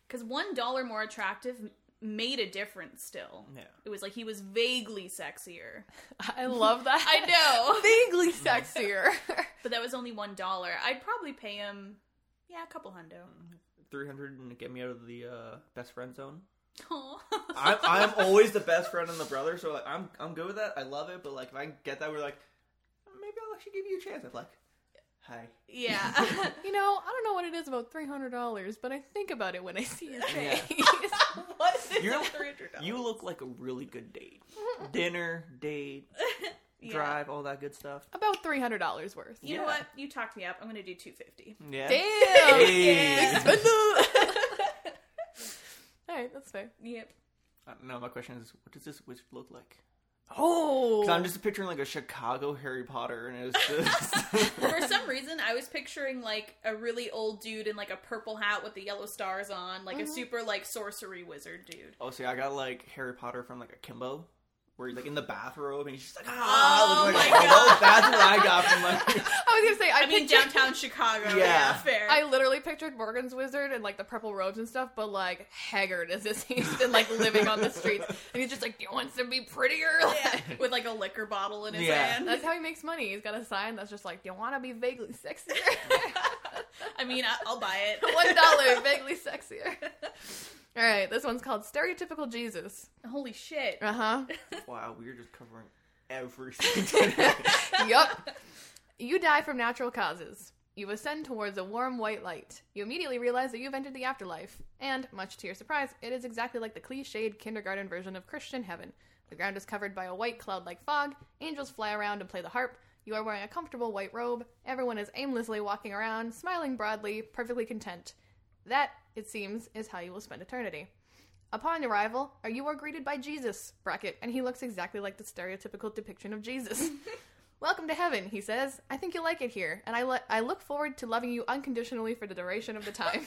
Because one dollar more attractive m- made a difference still. Yeah. It was like he was vaguely sexier. I love that. I know. Vaguely sexier. But that was only one dollar. I'd probably pay him, yeah, a couple hundo. 300 and get me out of the uh, best friend zone. Aw. I'm, I'm always the best friend and the brother, so like, I'm, I'm good with that. I love it, but like, if I get that, we're like, maybe I'll actually give you a chance. I'm like, hi. yeah. you know, I don't know what it is about three hundred dollars, but I think about it when I see his Yeah. face. what is it? You're- three hundred dollars? You look like a really good date. Dinner, date, drive, all that good stuff. about three hundred dollars worth. You know Yeah. what? You talked me up. I'm gonna do two fifty. Yeah. Damn. Hey. All right, that's fair. Yep. Uh, No, my question is, what does this wizard look like? Oh, So I'm just picturing like a Chicago Harry Potter, and it's just For some reason, I was picturing like a really old dude in like a purple hat with the yellow stars on, like Mm-hmm. a super like sorcery wizard dude. oh, see, I got like Harry Potter from like Akimbo, where he's like in the bathrobe and he's just like ah, Oh my looking like a god, that's what I got from like I was gonna say. I, I mean, pictured- downtown Chicago. Yeah, Yeah. fair. I literally pictured Morgan's wizard and like the purple robes and stuff, but like haggard as this he's been like living on the streets, and he's just like, "You want to be prettier?" Yeah, with like a liquor bottle in his Yeah. hand. That's how he makes money. He's got a sign that's just like, "You want to be vaguely sexier?" I mean, I, I'll buy it. One dollar, vaguely sexier. All right, this one's called stereotypical Jesus. Holy shit. Uh huh. wow, we were just covering everything. yup. You die from natural causes. You ascend towards a warm white light. You immediately realize that you've entered the afterlife. And, much to your surprise, it is exactly like the cliched kindergarten version of Christian heaven. The ground is covered by a white cloud like fog. Angels fly around and play the harp. You are wearing a comfortable white robe. Everyone is aimlessly walking around, smiling broadly, perfectly content. That, it seems, is how you will spend eternity. Upon arrival, you are greeted by Jesus, bracket, and he looks exactly like the stereotypical depiction of Jesus. Welcome to heaven, he says. I think you'll like it here, and I, lo- I look forward to loving you unconditionally for the duration of the time.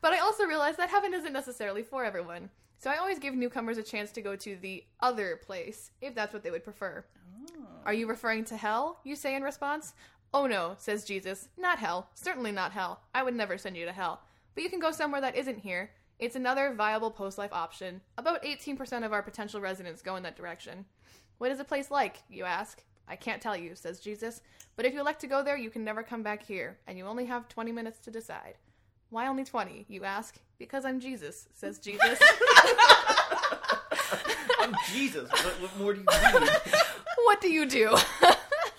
but I also realize that heaven isn't necessarily for everyone. So I always give newcomers a chance to go to the other place if that's what they would prefer. Are you referring to hell? You say in response. Oh no, says Jesus. Not hell. Certainly not hell. I would never send you to hell. But you can go somewhere that isn't here. It's another viable post life option. About 18% of our potential residents go in that direction. What is the place like? You ask. I can't tell you, says Jesus. But if you elect to go there, you can never come back here, and you only have 20 minutes to decide. Why only 20? You ask. Because I'm Jesus, says Jesus. I'm Jesus. What, what more do you need? what do you do?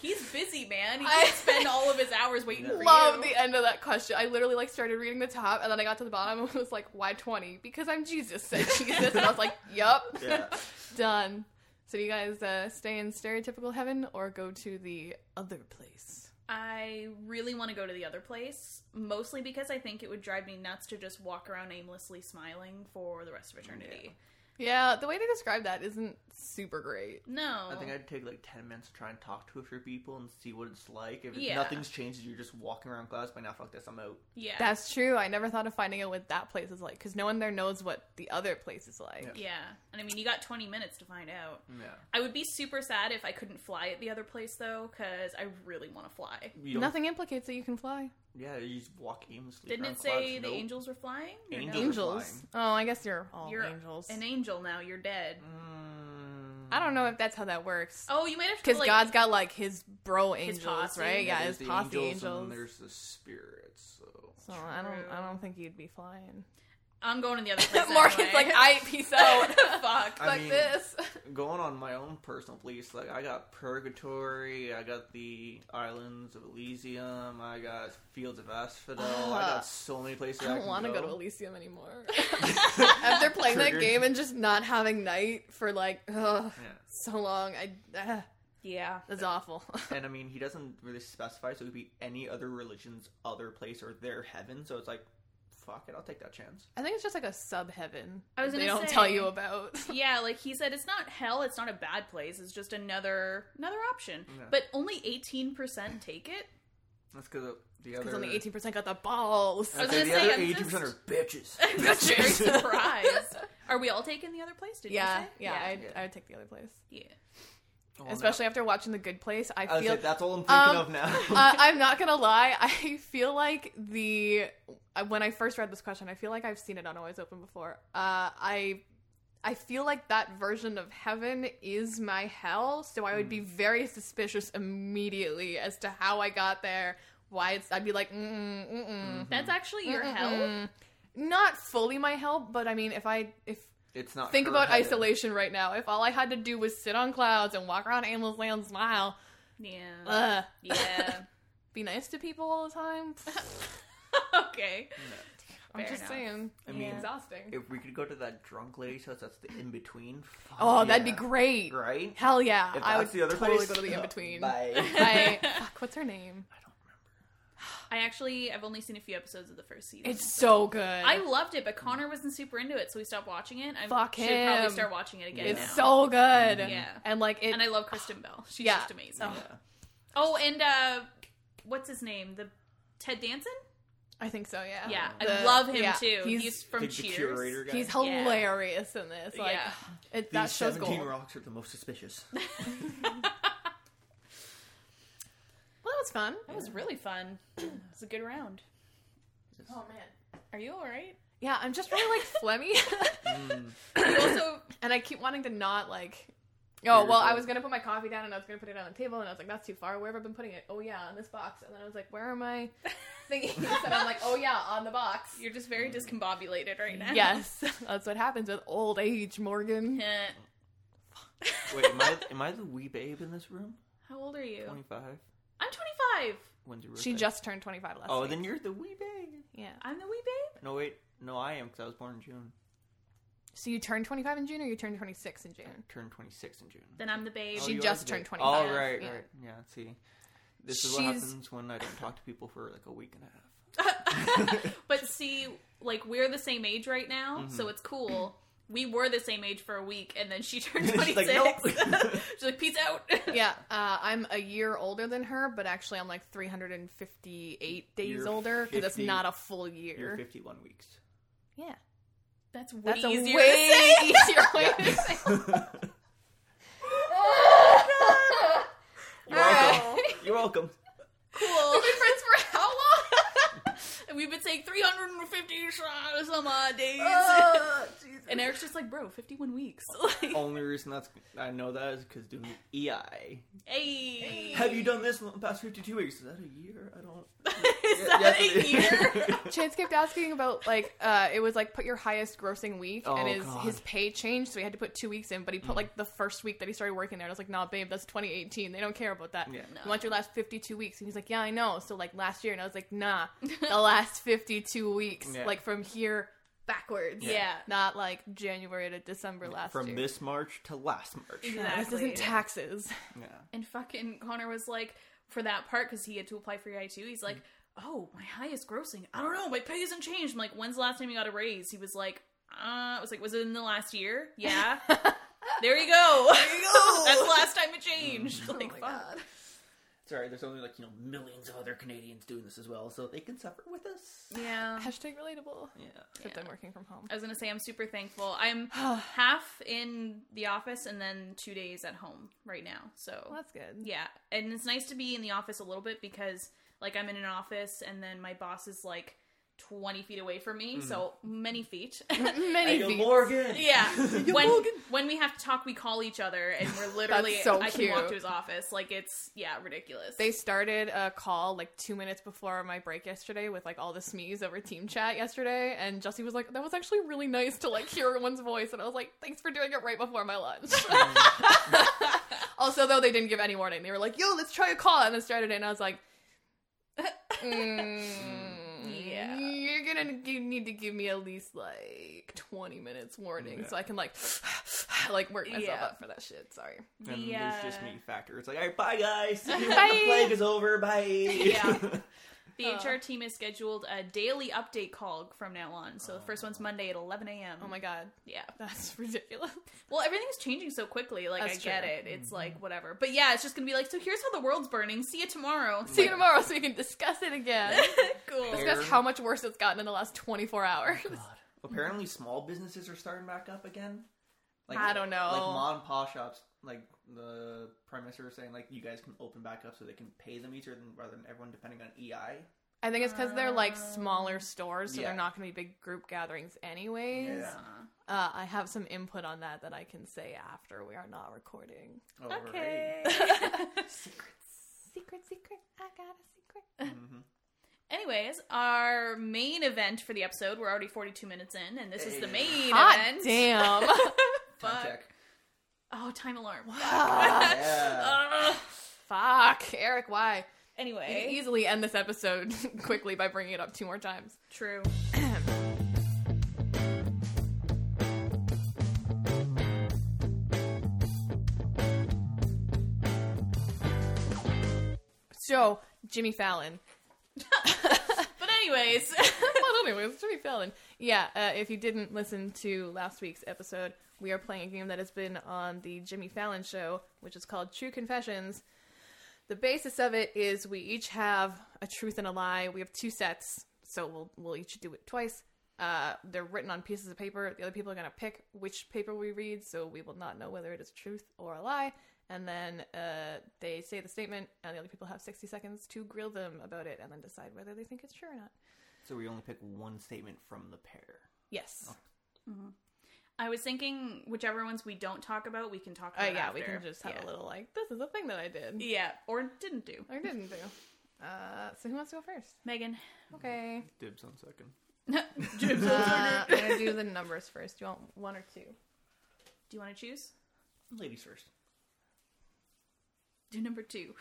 He's busy, man. He I- can't spend all of his hours waiting for Love you. the end of that question. I literally like started reading the top and then I got to the bottom and was like, why 20? Because I'm Jesus, said Jesus. and I was like, yup, Yeah. done. So do you guys uh, stay in stereotypical heaven or go to the other place? I really want to go to the other place, mostly because I think it would drive me nuts to just walk around aimlessly smiling for the rest of eternity. Yeah, the way they describe that isn't super great. No. I think I'd take like 10 minutes to try and talk to a few people and see what it's like. If Yeah. nothing's changed, you're just walking around class, by now, fuck this, I'm out. yeah. That's true. I never thought of finding out what that place is like because no one there knows what the other place is like. yeah. And I mean, you got 20 minutes to find out. Yeah. I would be super sad if I couldn't fly at the other place, though, because I really want to fly. You don't, Nothing implicates that you can fly. Yeah, you just walk aimlessly. Didn't around it say class, the nope. angels were flying? Or Angels. No? Angels. flying. Oh, I guess you're all You're angels. An angel now, you're dead. Mm, I don't know if that's how that works. Oh, you might have to Because like, God's got like his bro angels, posse. right? Yeah, there's his the posse angels. And there's the spirits, so. so I don't, True. I don't think you'd be flying. I'm going to the other place. anyway. I peace out. fuck. I mean- this. Going on my own personal place, like I got Purgatory, I got the Islands of Elysium, I got Fields of Asphodel, I Ugh. got so many places. Ah. I I don't can want to go to go Elysium anymore. After playing that Triggered. game and just not having night for like ugh, Yeah. so long, I uh, Yeah. that's awful. And I mean, he doesn't really specify, so it could be any other religion's other place or their heaven. So it's like, fuck it, I'll take that chance. I think it's just like a sub heaven. I was that they gonna don't say- tell you about. yeah, like he said, it's not hell. It's not a bad place. It's just another another option. Yeah. But only eighteen percent take it. That's because the other. Because only eighteen percent got the balls. I was Okay, gonna the say, other I'm eighteen percent just- are bitches. I'm just very surprised. Are we all taking the other place? Did Yeah, you say? yeah, I'd, Yeah. I'd take the other place, yeah. Oh, no. especially after watching The Good Place. I I was feel like, that's all I'm thinking Um, of now. uh, I'm not gonna lie. I feel like the uh, when I first read this question, I feel like I've seen it on Always Open before. Uh, I I feel like that version of heaven is my hell, so I Hmm. would be very suspicious immediately as to how I got there. Why it's I'd be like, mm mm Mm-hmm. mm. That's actually your mm, hell. mm. Not fully my hell, but I mean, if I if it's not. think her about heaven. isolation right now, if all I had to do was sit on clouds and walk around aimlessly and smile, Yeah. ugh, Yeah. be nice to people all the time. okay. No. I'm Fair just enough. saying. I mean, Yeah. Exhausting. if we could go to that drunk lady's house, that's the in between. Fuck oh, that'd be yeah. great. Right? Hell yeah. If I would that's the other totally place, go to the Oh, yeah, in between. Bye. I, fuck, what's her name? I don't remember. I actually I've only seen a few episodes of the first season. It's so good. I loved it, but Connor wasn't super into it, so we stopped watching it. I Fuck should him. probably start watching it again. it's now. so good. Yeah. And like it and I love Kristen Bell. She's Yeah. just amazing. Oh. Yeah. Oh, and uh, what's his name? The Ted Danson? I think so, yeah. Yeah, I The- love him yeah, too. He's, He's from Like the Cheers. curator guy. he's These hilarious in this. Like Yeah. it, that show's gold. seventeen Well, rocks are the most suspicious. that was fun. That was really fun. It's a good round. Oh, man. Are you all right? Yeah, I'm just really like phlegmy. Mm. You also and I keep wanting to not like. You're Oh well, I just was gonna put my coffee down and I was gonna put it on the table and I was like, that's too far. Where have I been putting it? Oh yeah, on this box. And then I was like, where are my thingies? and I'm like, oh yeah, on the box. you're just very discombobulated right now. Yes, that's what happens with old age, Morgan. Eh. Wait, am I am I the wee babe in this room? How old are you? Twenty five. I'm 25. When's your She birthday? just turned 25 last. Oh, week. then you're the wee babe. yeah. I'm the wee babe. No, wait. No, I am because I was born in June. So you turned 25 in June, or you turned 26 in June? Turned 26 in June. Then I'm the babe. Oh, She you are just the babe. turned 25. Oh, right, Yeah. right. Yeah, see. This is what She's- happens when I don't talk to people for like a week and a half. but see, like we're the same age right now, Mm-hmm. so it's cool. We were the same age for a week, and then she turned She's 26. like, "Nope." She's like, peace out. Yeah, uh, I'm a year older than her, but actually I'm like 358 days You're older because it's 50 not a full year. You're 51 weeks. Yeah. That's way That's a way easier to say. easier way to say. You're welcome. You're welcome. Cool. We've been friends for how long? And we've been saying 350 sh- some odd days. and Eric's just like, bro, 51 weeks. Like, Only reason that's I know that is because doing the EI. hey. Have you done this in the past 52 weeks? Is that a year? I don't. Is Yeah, that yes, a it year? is. Chance kept asking about like uh it was like put your highest grossing week Oh, and his God. Mm. his pay changed so he had to put two weeks in but he put like the first week that he started working there and I was like nah babe that's 2018 they don't care about that Yeah. you want your last 52 weeks and he's like yeah I know so like last year and I was like nah the last 52 weeks Yeah. like from here backwards Yeah. not like January to December last From year this March to last March. Yeah. yeah, this Exactly. isn't taxes Yeah. And fucking Connor was like, for that part, because he had to apply for EI too, he's like, oh, my highest grossing. I don't know. My pay hasn't changed. I'm like, when's the last time you got a raise? He was like, uh, I was like, was it in the last year? Yeah. there you go. There you go. That's the last time it changed. Mm. Oh Like, fuck. Sorry, there's only like, you know, millions of other Canadians doing this as well, so they can suffer with us. Yeah. hashtag relatable Yeah. except I'm working from home I was gonna say I'm super thankful. I'm half in the office and then two days at home right now. So well, that's good yeah, and it's nice to be in the office a little bit because like I'm in an office and then my boss is like 20 feet away from me, Mm-hmm. so many feet. many Hey, beats. Morgan! yeah, when when we have to talk, we call each other, and we're literally so I can walk cute. to his office. Like it's yeah, ridiculous. They started a call like two minutes before my break yesterday with like all the smees over team chat yesterday, and Jesse was like, "That was actually really nice to like hear everyone's voice," and I was like, "Thanks for doing it right before my lunch." also, though, they didn't give any warning. They were like, "Yo, let's try a call," and then started it, and I was like, mm, Yeah. you're gonna g- need to give me at least like 20 minutes warning so I can like like work myself Yeah. up for that shit." Sorry. And The, there's just uh, me factor. It's like, all right, bye guys. The Bye. plague is over. Bye. Yeah. The Uh. HR team has scheduled a daily update call from now on. Oh. So the first one's Monday at 11 a.m. Oh my god, yeah. that's ridiculous. Well, everything's changing so quickly. Like That's I get true. it. It's like whatever. But yeah, it's just gonna be like, so here's how the world's burning. See you tomorrow. See you tomorrow so we can discuss it again. cool. Fair. discuss how much worse it's gotten in the last 24 hours. God. Apparently, small businesses are starting back up again. Like I don't know. Like mom and pop shops. Like the prime minister is saying, like you guys can open back up so they can pay them easier than rather than everyone depending on E EI. I think it's because they're like smaller stores, so Yeah. they're not going to be big group gatherings, anyways. Yeah. Uh, I have some input on that that I can say after we are not recording. Alright. Okay. Secret, secret. I got a secret. Mhm. Anyways, our main event for the episode. We're already 42 minutes in, and this is the Hey. main Hot event. damn. Time Fuck. check. Oh, time alarm. Uh, Yeah. Ugh. Fuck. Eric, why? You anyway, can easily end this episode quickly by bringing it up two more times. true. So, Jimmy Fallon. But anyways, well, anyways, Jimmy Fallon. Yeah, uh, if you didn't listen to last week's episode, we are playing a game that has been on the Jimmy Fallon show, which is called True Confessions. The basis of it is we each have a truth and a lie. We have two sets, so we'll we'll each do it twice. Uh, they're written on pieces of paper. The other people are gonna pick which paper we read, so we will not know whether it is truth or a lie. And then uh, they say the statement, and the other people have sixty seconds to grill them about it, and then decide whether they think it's true or not. So we only pick one statement from the pair. Oh, Yes. I was thinking whichever ones we don't talk about, we can talk Oh about. yeah, we after. can just have Yeah. E a little like this is a thing that I did Yeah, or didn't do. or didn't do. Uh, so who wants to go first? Megan. Okay, Dibs on second. Jim's uh, I'm gonna do the numbers first. Do you want one or two? Do you want to choose? Ladies first. Do number two.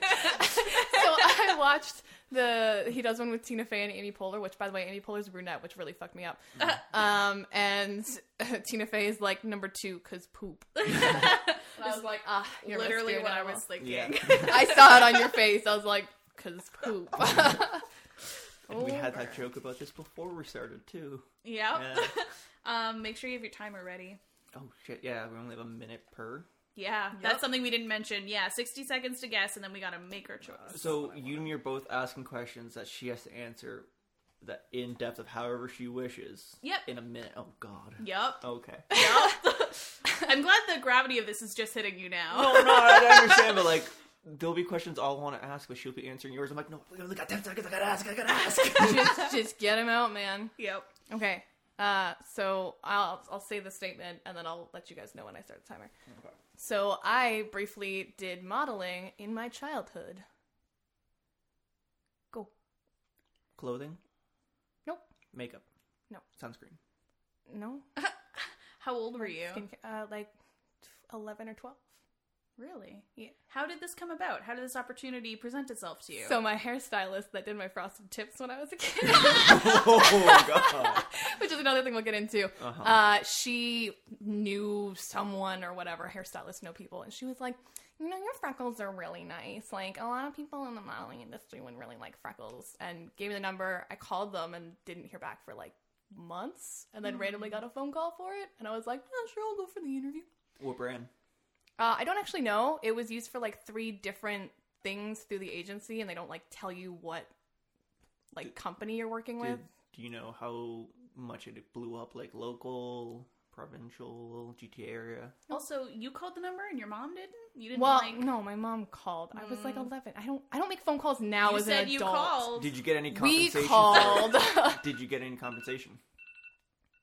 So I watched the he does one with Tina Fey and Amy Poehler, which by the way Amy Poehler's brunette, which really fucked me up. Mm. Um, and Tina Fey is like number two because poop. and I was like, ah, you're Literally what I was thinking. Yeah. I saw it on your face. I was like, cause poop. and we had that Over. joke about this before we started too. Oh. Yep. Yeah. Um, make sure you have your timer ready. oh shit! Yeah, we only have a minute per. Yeah, that's something we didn't mention. Yeah, 60 seconds to guess, and then we gotta make our choice. So you and me are both asking questions that she has to answer. the in depth of however she wishes. Yep. In a minute. Oh God. Yep. Okay. Yep. I'm glad the gravity of this is just hitting you now. Oh, No, no, I understand, but like. There'll be questions I'll want to ask, but she'll be answering yours. I'm like, no, I got ten seconds. I gotta ask. I gotta ask. just, just get him out, man. Yep. Okay. Uh, so I'll I'll say the statement and then I'll let you guys know when I start the timer. So I briefly did modeling in my childhood. Go. Clothing, Nope. makeup, No. sunscreen. No. How old were you? Skincare- Uh, like eleven or twelve. Really? Yeah. How did this come about? How did this opportunity present itself to you? So my hairstylist that did my frosted tips when I was a kid, oh God. which is another thing we'll get into. Uh-huh. Uh, she knew someone or whatever hairstylist know people, and she was like, "You know, your freckles are really nice. Like a lot of people in the modeling industry would really like freckles." And gave me the number. I called them and didn't hear back for like months, and then Mm. randomly got a phone call for it, and I was like, "Yeah, sure, I'll go for the interview." What brand? Uh, I don't actually know. It was used for like three different things through the agency, and they don't like tell you what like company you're working with. Did, do you know how much it blew up, like local, provincial, GTA area? also, you called the number and your mom didn't. You didn't Well, like. Mm. no, my mom called. I was like 11. I don't I don't make phone calls now you as said an you adult. called. Did you get any We compensation? for it? called. Did you get any compensation?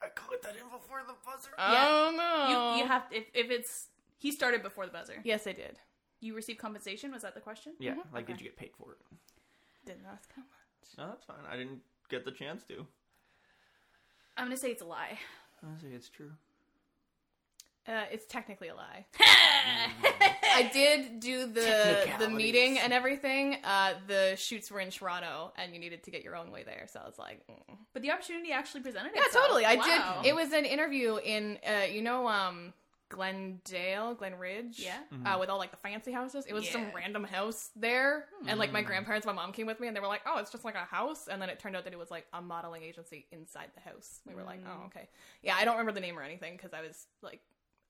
Uh, I caught that in before the buzzer. Oh You, no. you have if if it's he started before the buzzer. Yes, I did. You received compensation. Was that the question? yeah, Mm-hmm. like did you get paid for it? Didn't ask how much. No, that's fine. I didn't get the chance to. I'm gonna say it's a lie. Honestly, it's true. Uh, it's technically a lie. I did do the the Technicalities. meeting and everything. Uh, the shoots were in Toronto, and you needed to get your own way there. So I was like, mm. But the opportunity actually presented Yeah, itself. totally. I Wow. did. It was an interview in, uh, you know, um, Glendale, Glen Ridge. Yeah. Mm-hmm. Uh, with all like the fancy houses. It was some Yeah. random house there, and like my Mm. grandparents, my mom came with me, and they were like, "Oh, it's just like a house," and then it turned out that it was like a modeling agency inside the house. We were like, Mm. "Oh, okay." Yeah, I don't remember the name or anything because I was like,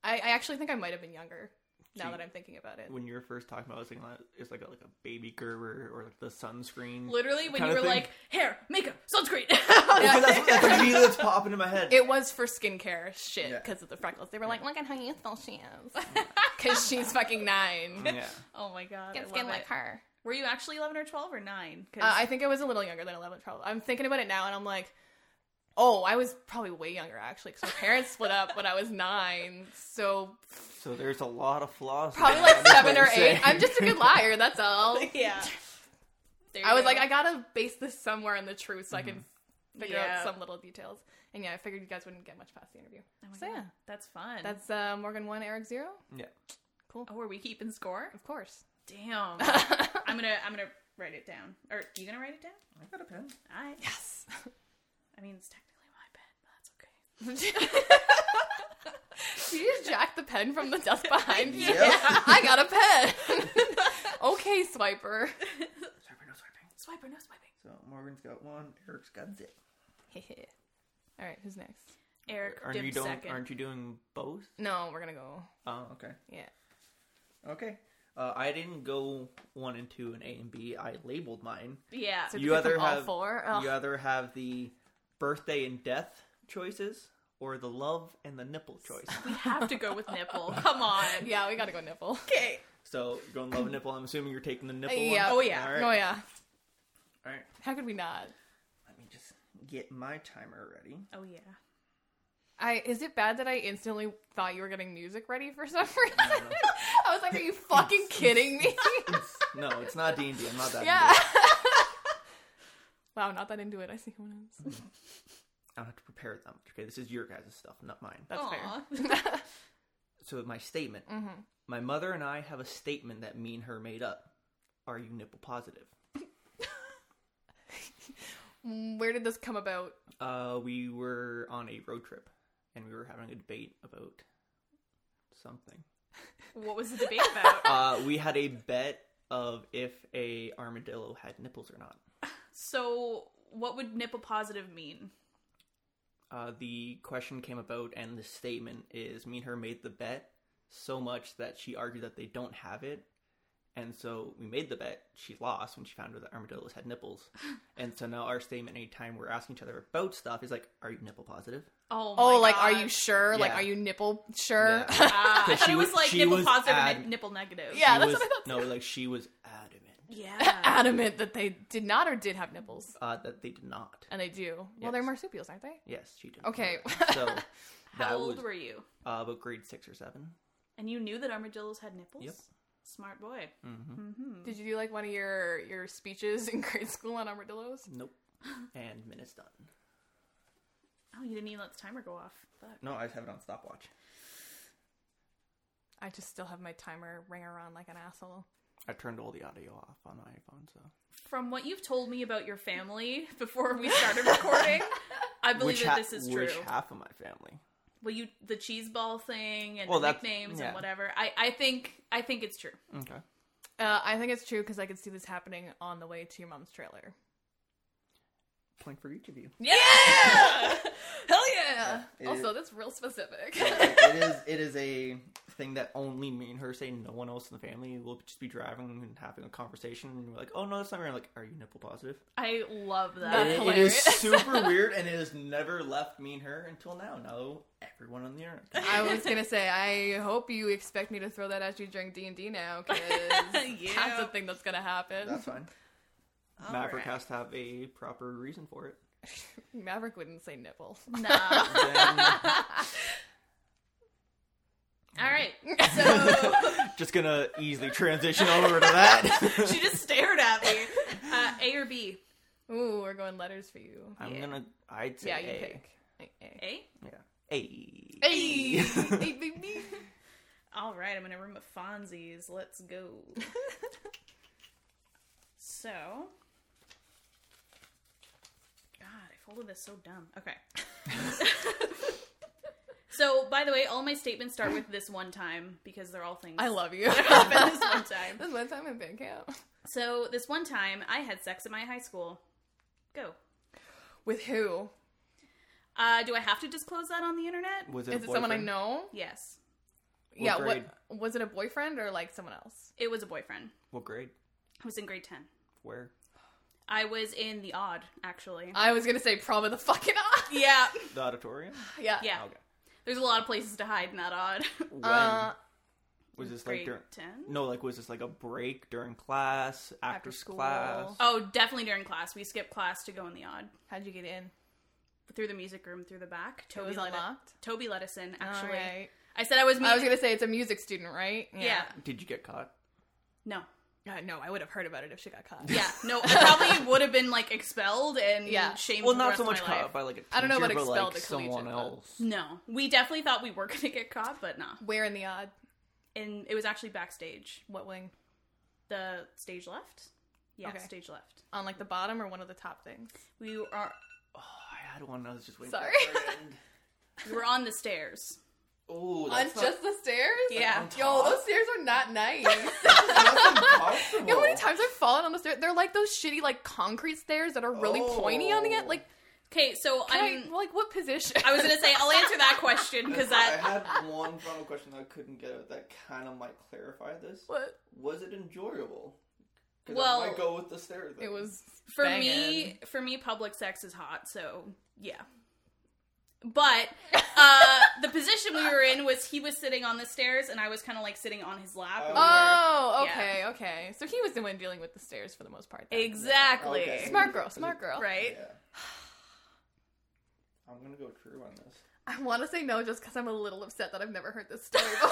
I, I actually think I might have been younger. Now See, that I'm thinking about it. When you were first talking about, it, I was thinking like- it's like a, like a baby Gerber or like the sunscreen. literally when Kinda you were thing. like hair, makeup, sunscreen. Okay, that's, that's immediately that's popping in my head. It was for skincare shit Yeah. because of the freckles. They were like, "Oh "Look at how youthful she is," because she's fucking nine. yeah. oh my god. I Get love skin it. like her. Were you actually 11 or 12 or 9? Uh, I think I was a little younger than 11, 12. I'm thinking about it now, and I'm like, oh, I was probably way younger actually, because my parents split up when I was nine, so So there's a lot of flaws. in probably that. like That's what seven or I'm eight. saying. I'm just a good liar. That's all. yeah. There you I was go. like, I gotta base this somewhere in the truth so I can figure Yeah. out some little details. And yeah, I figured you guys wouldn't get much past the interview. Oh my so God, yeah, that's fun. that's uh, Morgan one, Eric zero. Yeah. oh, are we keeping score? Of course. Damn. I'm gonna I'm gonna write it down. Or you gonna write it down? I got a pen. I Yes. I mean it's technically my bed, but that's okay. Did you just jack the pen from the desk behind you? Yep. I got a pen. okay, swiper. Swiping, no swiping. Swiper, no swiping. So Morgan's got one. Eric's got zip. All right, who's next? Eric Aren't dipped you doing? 2nd Aren't you doing both? No, we're gonna go. Oh, okay. Yeah. Okay. Uh, I didn't go one and two and A and B. I labeled mine. Yeah. So You pick either from all have- four. Oh, Ugh. You either have the birthday and death choices, or the love and the nipple choice. we have to go with nipple. Come on. Yeah, we gotta go nipple. Okay. so you're going love and nipple. I'm assuming you're taking the nipple. Yeah. One. Oh, yeah. All right. Oh yeah. All right. How could we not? Let me just get my timer ready. Oh yeah. I is it bad that I instantly thought you were getting music ready for some reason? no. I was like, are you fucking kidding me? No, it's not D and D. I'm not that. into yeah. it. wow, not that into it. I see who else. I don't have to prepare them. Okay, this is your guys' stuff, not mine. That's fair. So my statement. hmm My mother and I have a statement that me and her made up. Are you nipple positive? Mm, Where did this come about? Uh, we were on a road trip, and we were having a debate about something. What was the debate about? Uh, we had a bet of if a armadillo had nipples or not. so what would nipple positive mean? Uh, the question came about, and the statement is: me and her made the bet so much that she argued that they don't have it, And so we made the bet. She lost when she found out that armadillos had nipples. And so now our statement anytime we're asking each other about stuff is like, "Are you nipple positive?" Oh, Oh, my like are God. you sure? Like Yeah. are you nipple sure? Yeah. Ah, I 'Cause thought she it was was- like she nipple was positive ad- and nipple negative. Yeah. She that's was- what I No, like she was adamant Yeah. Adamant that they did not or did have nipples. uh, that they did not. And they do. Well, they're Yes. marsupials, aren't they? Yes, she did. Okay. not. So that How old was were you? uh, about grade six or seven. And you knew that armadillos had nipples? Yep. Smart boy. Mm-hmm. Mm-hmm. Did you do like one of your your speeches in grade school on armadillos? Nope. And minutes done. Oh, you didn't even let the timer go off. Fuck. No, I just have it on stopwatch. I just still have my timer ringer on like an asshole. I turned all the audio off on my iPhone, so From what you've told me about your family before we started recording, I believe which that ha- this is true. which half of my family? well, you the cheese ball thing and Well, the that's- nicknames yeah. and whatever. I, I think I think it's true. Okay. Uh, I think it's true because I could see this happening on the way to your mom's trailer. Point for each of you. Uh, Yeah! Hell yeah! It- also, that's real specific. it is. It is a thing that only me and her say. No one else in the family will just be driving and having a conversation, and we're like, "Oh no, that's not right." I'm like, "Are you nipple positive?" I love that. That's It- it is hilarious. super weird, and it has never left me and her until now. Now everyone on the internet. I was gonna say, I hope you expect me to throw that at you during D and D now, because Yeah. that's the thing that's gonna happen. That's fine. All Maverick right. has to have a proper reason for it. Maverick wouldn't say nipple. Nah. Then, All right. So just gonna easily transition over to that. she just stared at me. Uh, a or B? Ooh, we're going letters for you. I'm Yeah. gonna. I'd say yeah, you A. pick. A. A. Yeah. A. A. A, B, B. All right, I'm in a room of Fonzie's. Let's go. so, God, I folded this so dumb. Okay. so, by the way, all my statements start with this one time because they're all things. I love you. that happened this one time. This one time in band camp So, this one time, I had sex at my high school. Go. with who? Uh, do I have to disclose that on the internet? Was Is a it someone I boyfriend? know? Yes, yeah. grade? What was it? A boyfriend or like someone else? it was a boyfriend. What grade? I was in grade ten. Where? I was in the odd, actually. I was gonna say probably the fucking odd. yeah, The auditorium? yeah. yeah. Okay. There's a lot of places to hide in that odd. When? Uh, was this like Grade during. 10? No, like, was this like a break during class? After, After school. class? Oh, definitely during class. We skipped class to go in the odd. how'd you get in? Through the music room, through the back. It Toby was let unlocked. Toby let us in, actually. Alright. I said I was meeting. I was gonna say it's a music student, right? yeah. Did you get caught? No. Uh, no, I would have heard about it if she got caught. Yeah. No. I probably would have been, like, expelled and Yeah. shamed Well, for the not rest so of my much life. caught by like a teacher, I don't know about but expelled like or collegiate, someone but- else. No. We definitely thought we were going to get caught, but nah. Where in the odd? And it was actually backstage. What wing? The stage left? Yeah, Okay. stage left. On like the bottom or one of the top things? We are. Oh, I had one. I was just waiting. Sorry. For it to end. We were on the stairs. Oh, On that's not, just the stairs? Yeah. on Yo, top? those stairs are not nice. that's you know how many uncomfortable. times I've fallen on the stairs? They're like those shitty like concrete stairs that are really pointy on the end. Like, Okay, so Oh. I'm. can I, like what position? I was gonna say I'll answer that question because that I had one final question that I couldn't get out that kind of might clarify this. What? Was it enjoyable? 'Cause I Well, might go with the stare. It was for banging. me for me public sex is hot, so yeah. But uh, the position we were in was he was sitting on the stairs and I was kind of like sitting on his lap. and we were- Oh, Yeah. okay, okay. So he was the one dealing with the stairs for the most part. then. exactly Okay. Smart girl, smart girl. right. I'm gonna go true on this. I want to say no just because I'm a little upset that I've never heard this story before.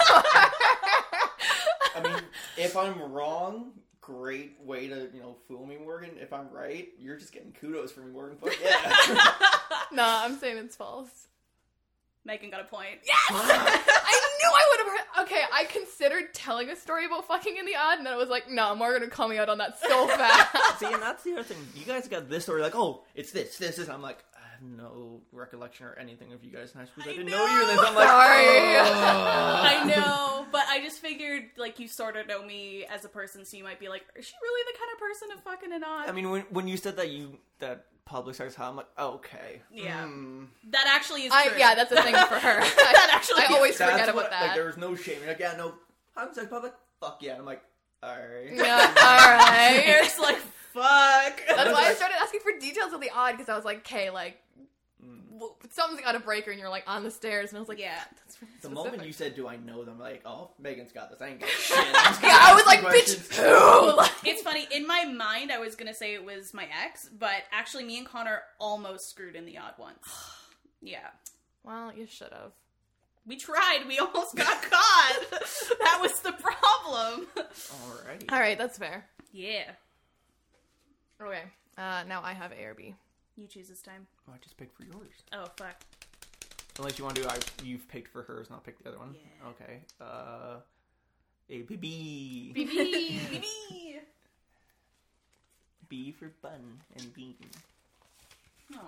I mean, if I'm wrong, great way to you know fool me, Morgan. If I'm right, you're just getting kudos for me, Morgan. Fuck yeah. no, I'm saying it's false. Megan got a point. I knew I would have heard. Okay, I considered telling a story about fucking in the odd, and then I was like, no, Morgan would call me out on that so fast. See, and that's the other thing. You guys got this story, like, oh, it's this, this, this. I'm like, I have no recollection or anything of you guys in high school. 'cause I, didn't know, you. And then I'm like, Sorry. "Oh." I know, but I just figured like you sort of know me as a person, so you might be like, is she really the kind of person to fucking and on? I mean, when when you said that you that public sex, hot, I'm like, oh, okay, Yeah. Hmm. that actually is I, true. yeah, that's a thing for her. That I, actually I always That's forget what- about Like, that. there was no shame. You're like, yeah, no, I'm sex public. Fuck yeah. And I'm like, All right. Yeah, all right. it's like fuck. That's why I started asking for details of the odd because I was like, okay, like Mm. w- something's got a breaker, and you're like on the stairs, and I was like, Yeah. that's really The specific. moment you said, "Do I know them?" Like, oh, Megan's got this. I ain't got shit. I'm just yeah, gonna I was ask like, you bitch, questions. who? Like, It's funny. In my mind, I was gonna say it was my ex, but actually, me and Connor almost screwed in the odd ones. Yeah, well, you should have. we tried. We almost got caught. That was the problem. All right. All right, that's fair. Yeah, Okay, uh, now I have A or B. you choose this time. Well, I just picked for yours. Oh fuck. Unless you want to, I you've picked for hers, not picked the other one. Yeah. Okay. Uh, a B B BB. Baby. B for bun and bean. Aw.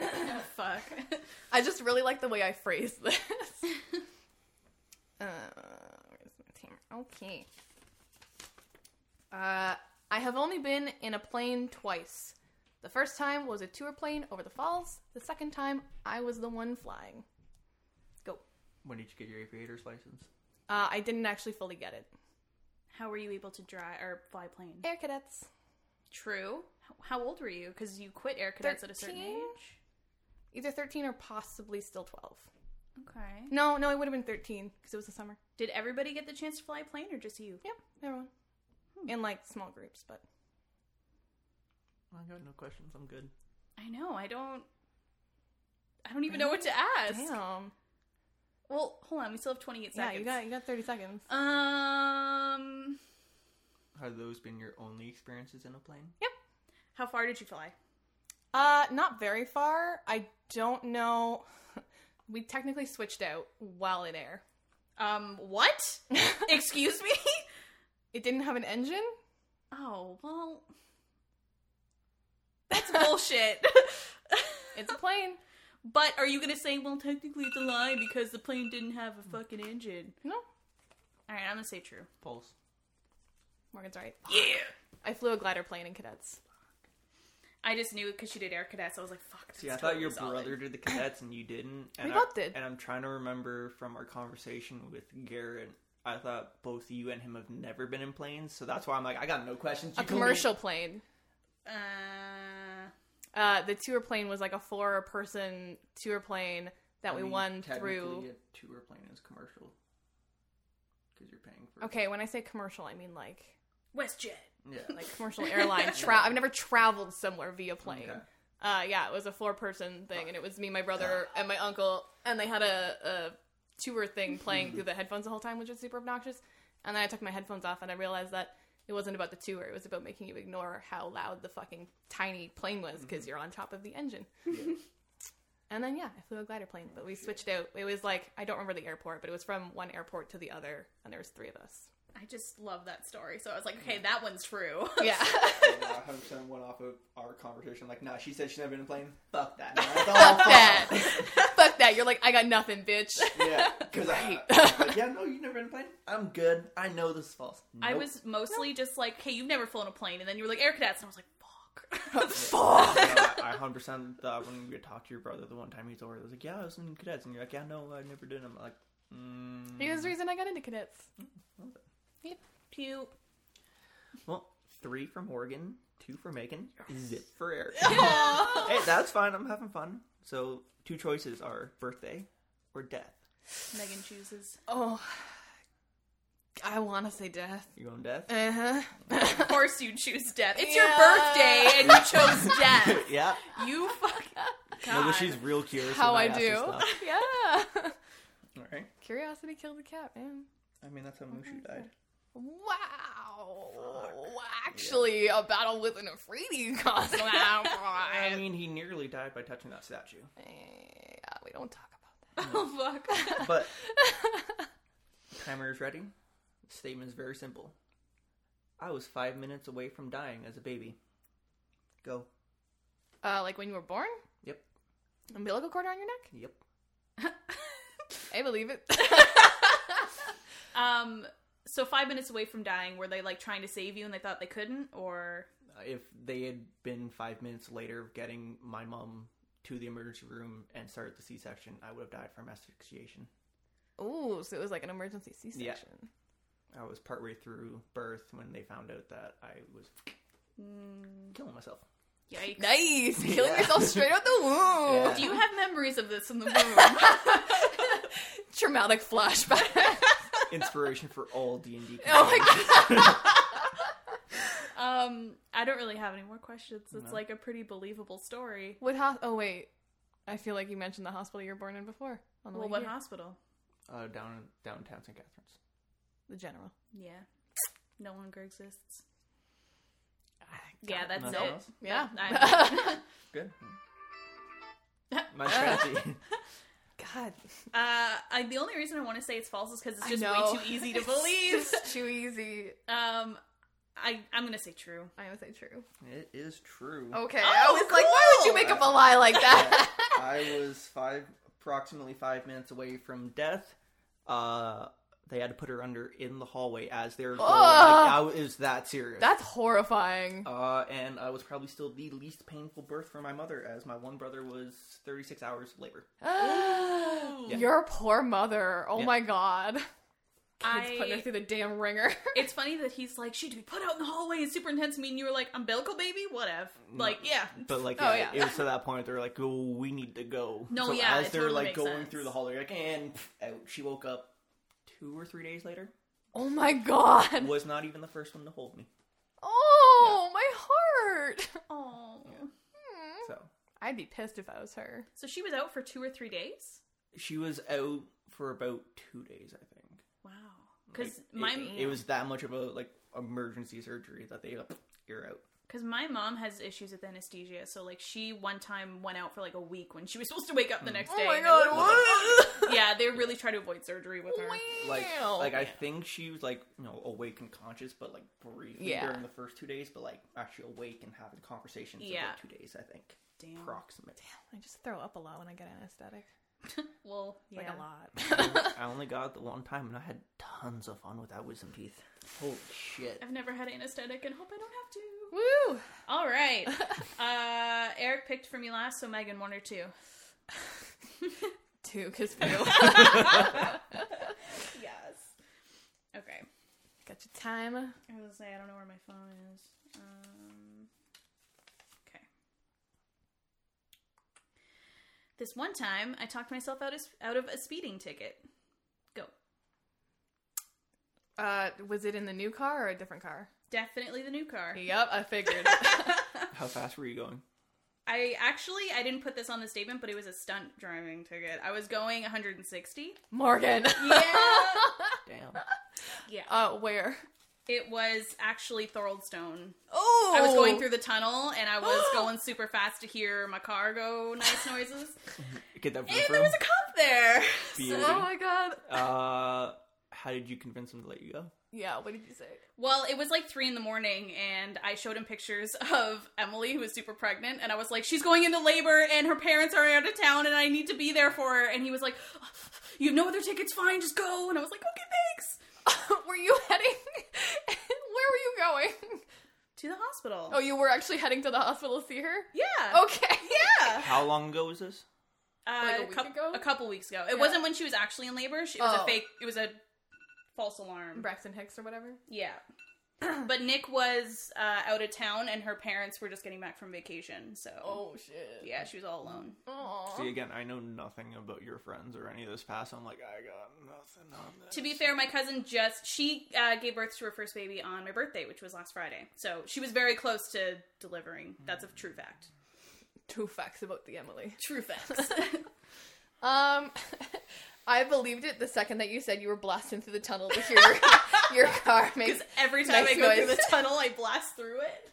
oh fuck. I just really like the way I phrase this. uh, where's my team? Okay. Uh, I have only been in a plane twice. The first time was a tour plane over the falls. The second time, I was the one flying. Go. When did you get your aviator's license? Uh, I didn't actually fully get it. How were you able to dry or fly plane? Air cadets. True. H- How old were you? Because you quit air cadets at a certain 13? age. Either 13 or possibly still 12. Okay. No, no, it would have been 13 because it was the summer. Did everybody get the chance to fly plane or just you? Yep, everyone. Hmm. In like small groups, but. I got no questions. I'm good. I know. I don't. I don't even know what to ask. Damn. Well, hold on. We still have 28 Yeah, seconds. you got, you got 30 seconds. Um, Have those been your only experiences in a plane? how far did you fly? Uh, not very far. I don't know. We technically switched out while in air. Um, what? Excuse me? It didn't have an engine. Oh, well. That's bullshit. It's a plane. but are you gonna say, well, technically it's a lie because the plane didn't have a fucking engine? no, All right, I'm gonna say true. Pulse. Morgan's right. Yeah. I flew a glider plane in cadets. I just knew because she did air cadets. I was like, fuck. That's See, I thought your totally solid. brother did the cadets and you didn't. And We I, both did. And I'm trying to remember from our conversation with Garrett. I thought both you and him have never been in planes, so that's why I'm like, I got no questions. A You told me- commercial plane. Uh, Uh, the tour plane was like a four-person tour plane that I we mean, won technically, through. A tour plane is commercial because you're paying for. Okay, when I say commercial, I mean like WestJet. Yeah. like commercial airline. Tra- I've never traveled somewhere via plane. Okay. Uh, yeah, it was a four person thing, and it was me, my brother, and my uncle, and they had a, a tour thing playing through the headphones the whole time, which was super obnoxious. And then I took my headphones off, and I realized that it wasn't about the tour; it was about making you ignore how loud the fucking tiny plane was because you're on top of the engine. Yeah. And then yeah, I flew a glider plane, but we switched out. It was like I don't remember the airport, but it was from one airport to the other, and there was three of us. I just love that story. So I was like, okay, that one's true. Yeah, hundred percent went off of our conversation. Like, nah, she said she's never been in a plane. Fuck that. man. It's all fuck false. that, fuck that. You're like I got nothing, bitch. Yeah, because I, I was like, yeah, no, you've never been in a plane. I'm good. I know this is false. I Nope. was mostly just like, hey, you've never flown a plane. And then you were like, air cadets. And I was like, fuck. Fuck. Oh, Yeah, I hundred percent thought when we talked to your brother the one time he's over, I was like, "Yeah, I was in cadets," and you're like, "Yeah, no, I never did." I'm like, mm. He was the reason I got into cadets. Pew. "Well, three for Morgan, two for Megan, zip for Eric." hey, that's fine. I'm having fun. So, two choices are birthday or death. Megan chooses. Oh, I want to say death. You going death? Uh huh. Of course you choose death. It's Yeah. your birthday and you chose death. yeah. You fuck. No, God. but she's real curious. How when I ask her stuff. do? yeah. All right. Curiosity killed the cat, man. I mean, that's how Mushu died. Wow. Actually, a battle with an Afridi caused that. I one. mean, he nearly died by touching that statue. yeah, we don't talk about Oh, fuck. But timer is ready. Statement is very simple. I was five minutes away from dying as a baby. Go. that. Uh, like when you were born, Yep. umbilical cord on your neck. Yep. I believe it. Um, so five minutes away from dying, were they like trying to save you and they thought they couldn't? Or. Uh, If they had been five minutes later of getting my mom to the emergency room and started the C-section, I would have died from asphyxiation. Ooh, so it was like an emergency C-section. I was partway through birth when they found out that I was Mm, killing myself. yikes. Nice, killing Yeah. yourself straight out the womb. Yeah. Do you have memories of this in the womb? Traumatic flashback. Inspiration for all D and D. Oh my um, I don't really have any more questions. It's No. like a pretty believable story. what? Ho- oh wait, I feel like you mentioned the hospital you were born in before. On the Well, way what here. hospital? Uh, down downtown St. Catharines. The general. Yeah, no longer exists. Got Yeah, it. that's Nothing it. else? Yeah. I- Good. My strategy. God, Uh, I, the only reason I want to say it's false is because it's I just know. way too easy to It's believe. just too easy. um, I I'm gonna say true. I would say true. It is true. Okay, I Oh, was like, why would you cool. make up a lie like that? I was five, approximately five minutes away from death. Uh, they had to put her under in the hallway as they were going. Ugh. Like, how is that serious? That's horrifying. uh, and I was probably still the least painful birth for my mother, as my one brother was 36 hours of labor. Oh. Yeah. Your poor mother. Oh Yeah. my god. Kids I- putting her through the damn ringer. It's funny that he's like, she'd be put out in the hallway and super intense. Me and you were like, umbilical baby, whatever. Like, yeah, But like, Oh, yeah, yeah. it was to that point they were like, "Oh, we need to go." No, so yeah, as it they were totally like makes going sense. through the hall, they're like, "And pff, out." She woke up two or three days later. Oh my god. Was not even the first one to hold me. Oh, my heart. oh. So I'd be pissed if I was her. So she was out for two or three days. she was out for about two days, I think. Wow. Because Like, my it, it was that much of a like emergency surgery that they like, you're out. because my mom has issues with anesthesia, so like she one time went out for like a week when she was supposed to wake Mm. up the next day. and it was- Oh what? Yeah, they really try to avoid surgery with her. Like, Wow. like I think she was like you know awake and conscious, but like briefly Yeah. during the first two days, but like actually awake and having conversations. Yeah, Yeah. about two days, I think. Damn. Approximate. I just throw up a lot when I get anesthetic. Well, yeah. Like a lot. I only got it the one time, and I had tons of fun with that wisdom teeth. Holy shit! I've never had anesthetic, and hope I don't have to. Woo. All right. uh, Eric picked for me last, so Megan one or two. Two, cause few. Got Yes. Okay. your time. I was gonna say I don't know where my phone is. Um, okay. This one time, I talked myself out of, out of a speeding ticket. Go. Uh, was it in the new car or a different car? Definitely the new car. Yep, I figured. How fast were you going? I actually I didn't put this on the statement, but it was a stunt driving ticket. I was going 160. Morgan. Damn. yeah. Uh, where? It was actually Thoroldstone. Oh, I was going through the tunnel and I was going super fast to hear my car go nice noises. Get that and blue there was a cop there. Beauty. Oh my god. Uh, how did you convince him to let you go? Yeah. What did you say? Well, it was like three in the morning and I showed him pictures of Emily who was super pregnant and I was like, She's going into labor and her parents are out of town and I need to be there for her and he was like, You have no other tickets, fine, just go and I was like, Okay, thanks. were you heading? where were you going? To the hospital. Oh, you were actually heading to the hospital to see her. yeah. Okay. Yeah. How long ago was this? Uh, Oh, Like a week coup- ago? A couple weeks ago. It Yeah. wasn't when she was actually in labor. She, it was Oh. a fake. It was a false alarm. Braxton Hicks or whatever. Yeah. but Nick was uh, out of town, and her parents were just getting back from vacation. So Oh, shit. yeah, she was all alone. Aw. See, again, I know nothing about your friends or any of this past. I'm like, I got nothing on this. To be fair, my cousin just she uh, gave birth to her first baby on my birthday, which was last Friday. So she was very close to delivering. That's a true fact. Two facts about the Emily. True facts. Um, I believed it the second that you said you were blasting through the tunnel to hear your, your car make. Because every time Nice I go noise. through the tunnel, I blast through it.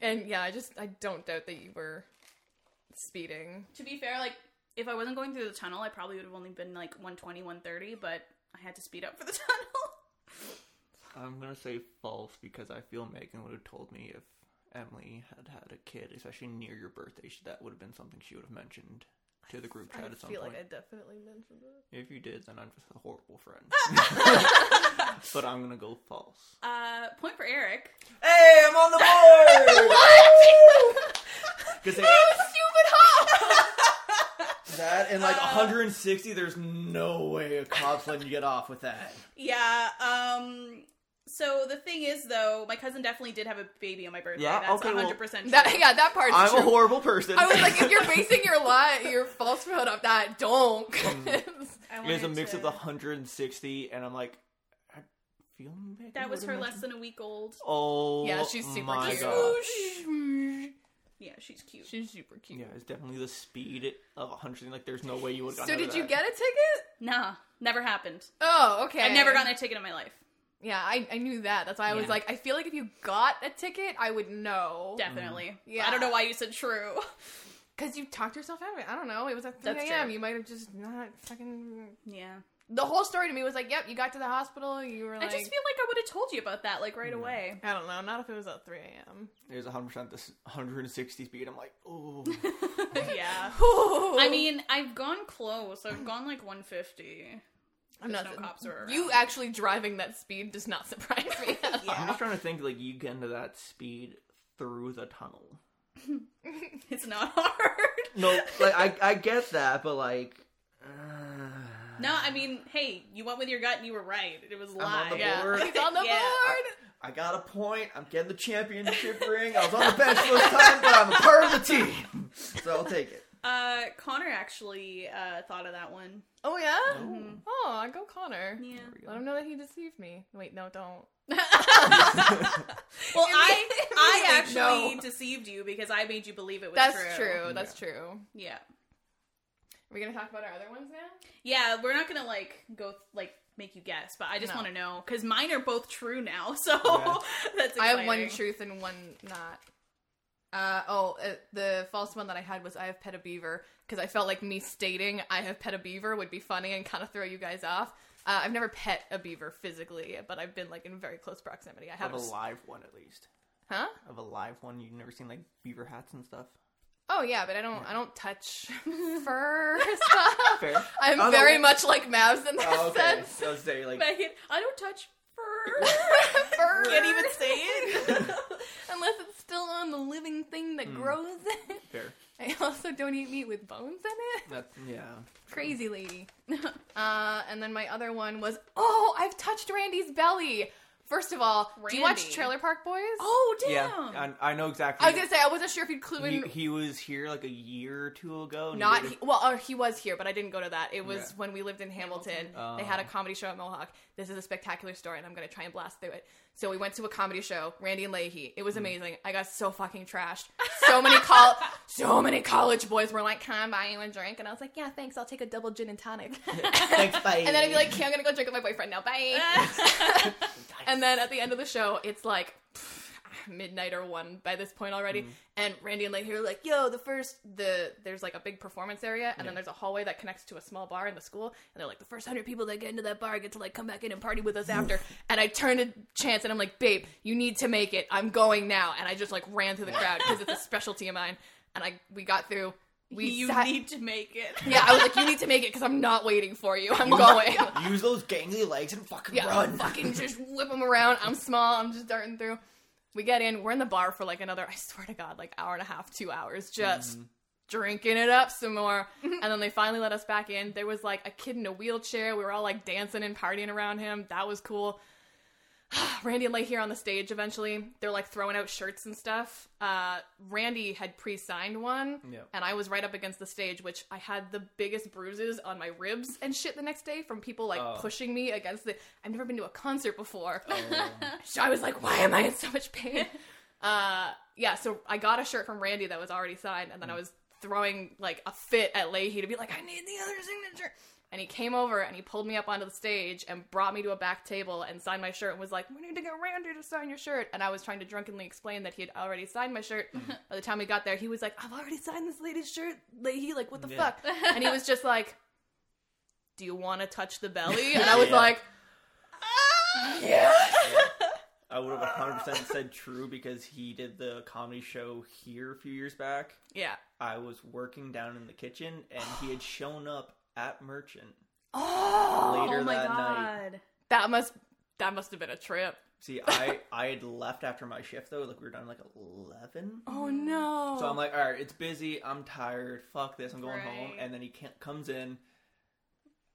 And yeah, I just I don't doubt that you were speeding. to be fair, like if I wasn't going through the tunnel, I probably would have only been like 120, 130, but I had to speed up for the tunnel. I'm gonna say false because I feel Megan would have told me if Emily had had a kid, especially near your birthday, she- that would have been something she would have mentioned to the group chat I at some feel point. like I definitely mentioned it. If you did, then I'm just a horrible friend. but I'm gonna go false. Uh, point for Eric. Hey, I'm on the board. What? Because stupid hop. Uh. that and like a 160, there's no way a cop's letting you get off with that. Yeah. Um. So the thing is, though, my cousin definitely did have a baby on my birthday. Yeah, That's okay, well, 100 percent That, yeah, that part's I'm true. a horrible person. I was like, if you're basing your lie, your falsehood on that, don't. Mm. It's a mix of the 160, and I'm like, I feel like I That was would've her mentioned- less than a week old. Oh, yeah, she's super my cute. God. Yeah, she's cute. She's super cute. Yeah, it's definitely the speed of 100. Like, there's no way you would. so did you get a ticket? Nah, never happened. Oh, okay. I've never gotten a ticket in my life. Yeah, I, I knew that. That's why I was Yeah. like, I feel like if you got a ticket, I would know. Definitely. Mm. Yeah. I don't know why you said true. Because you talked yourself out of it. I don't know. It was at 3 That's a.m. true. You might have just not fucking. Yeah. The whole story to me was like, yep, you got to the hospital. You were like. I just feel like I would have told you about that like right away. I don't know. Not if it was at 3 a.m. There's 100 percent this 160 speed. I'm like, oh, yeah. I mean, I've gone close. I've gone like 150. I'm not. no cops are around. you actually driving that speed does not surprise me. at all. I'm just trying to think. Like, you get into that speed through the tunnel. It's not hard. No, like I I get that, but like, uh, No, I mean, hey, you went with your gut and you were right. It was on live. the Yeah. board. It's on the Yeah. board. I got a point. I'm getting the championship ring. I was on the bench first time, but I'm a part of the team, so I'll take it. Uh, Connor actually uh, thought of that one. Oh yeah. Mhm. Oh, go Connor. Yeah. Let him know that he deceived me. Wait, no, don't. Well, I I Like, actually no. deceived you because I made you believe it was That's true. true. That's true. Are Yeah. we gonna talk about our other ones now? Yeah, we're not going to like go like make you guess, but I just No. want to know cuz mine are both true now. So Yeah. that's exciting. I have one truth and one not. Uh, oh, uh, the false one that I had was I have pet a beaver because I felt like me stating I have pet a beaver would be funny and kind of throw you guys off. Uh, I've never pet a beaver physically, but I've been like in very close proximity. I Of have, a a live one, at least. huh? Of a live one, you've never seen like beaver hats and stuff. Oh yeah, but I don't. I don't touch fur stuff. Fair. I'm Oh, no, very wait. much like Mavs in that Oh, okay. sense. So say like Megan, I don't touch fur. Fur. Can't even say it. unless it's still on the living thing Hmm. that grows it. fair. I also don't eat meat with bones in it. That's yeah. Crazy lady. Uh, and then my other one was, oh, I've touched Randy's belly. First of all, do you watch Randy. Trailer Park Boys? oh damn. Yeah, I, I know exactly. I was gonna say I wasn't sure if you'd clue in. he, he was here like a year or two ago. and Not he he, well. Uh, he was here, but I didn't go to that. It was Yeah. when we lived in Hamilton. Hamilton. they had a Oh. comedy show at Mohawk. This is a spectacular story, and I'm going to try and blast through it. So we went to a comedy show. Randy and Leahy. It was Mm. amazing. I got so fucking trashed. So many col- so many college boys were like, "Can I buy you a drink?" And I was like, "Yeah, thanks. I'll take a double gin and tonic." Thanks, bye. and then I'd be like, "Okay, I'm going to go drink with my boyfriend now. Bye." And then at the end of the show, it's like pff, midnight or one by this point Mm. already. And Randy and Leahy are like, "Yo, the first the there's like a big performance area, and then there's a hallway that connects to a small bar in the school. And they're like, the first hundred people that get into that bar get to like come back in and party with us after." and I turned to Chance and I'm like, "Babe, you need to make it. I'm going now." And I just like ran through the crowd because it's a specialty of mine. And I we got through. We you sat- need to make it. yeah, I was like, "You need to make it because I'm not waiting for you. I'm going." use those gangly legs and fucking Yeah, run. fucking just whip them around. I'm small. I'm just darting through. We get in. We're in the bar for like another, I swear to God, like hour and a half, two hours, just drinking it up some more. and then they finally let us back in. There was like a kid in a wheelchair. We were all like dancing and partying around him. That was cool. Randy and Leigh here on the stage eventually. They're like throwing out shirts and stuff. Uh, Randy had pre signed one, Yeah. and I was right up against the stage, which I had the biggest bruises on my ribs and shit the next day from people like Oh. pushing me against the. I've never been to a concert before. Oh. So I was like, why am I in so much pain? uh, yeah, so I got a shirt from Randy that was already signed, and then I was throwing like a fit at Leahy to be like, I need the other signature. And he came over and he pulled me up onto the stage and brought me to a back table and signed my shirt and was like, We need to get Randy to sign your shirt. And I was trying to drunkenly explain that he had already signed my shirt. By the time we got there, he was like, I've already signed this lady's shirt. Leahy, like, what the Yeah. fuck? And he was just like, Do you want to touch the belly? And I was Yeah. like, I would have 100 percent said true because he did the comedy show here a few years back. Yeah. I was working down in the kitchen and he had shown up at Merchant Oh! later oh my that night. god. That must that must have been a trip. See, I I had left after my shift though. Like we were done like eleven. Oh no. So I'm like, all right, it's busy. I'm tired. Fuck this. I'm going home. Right. And then he can't, comes in,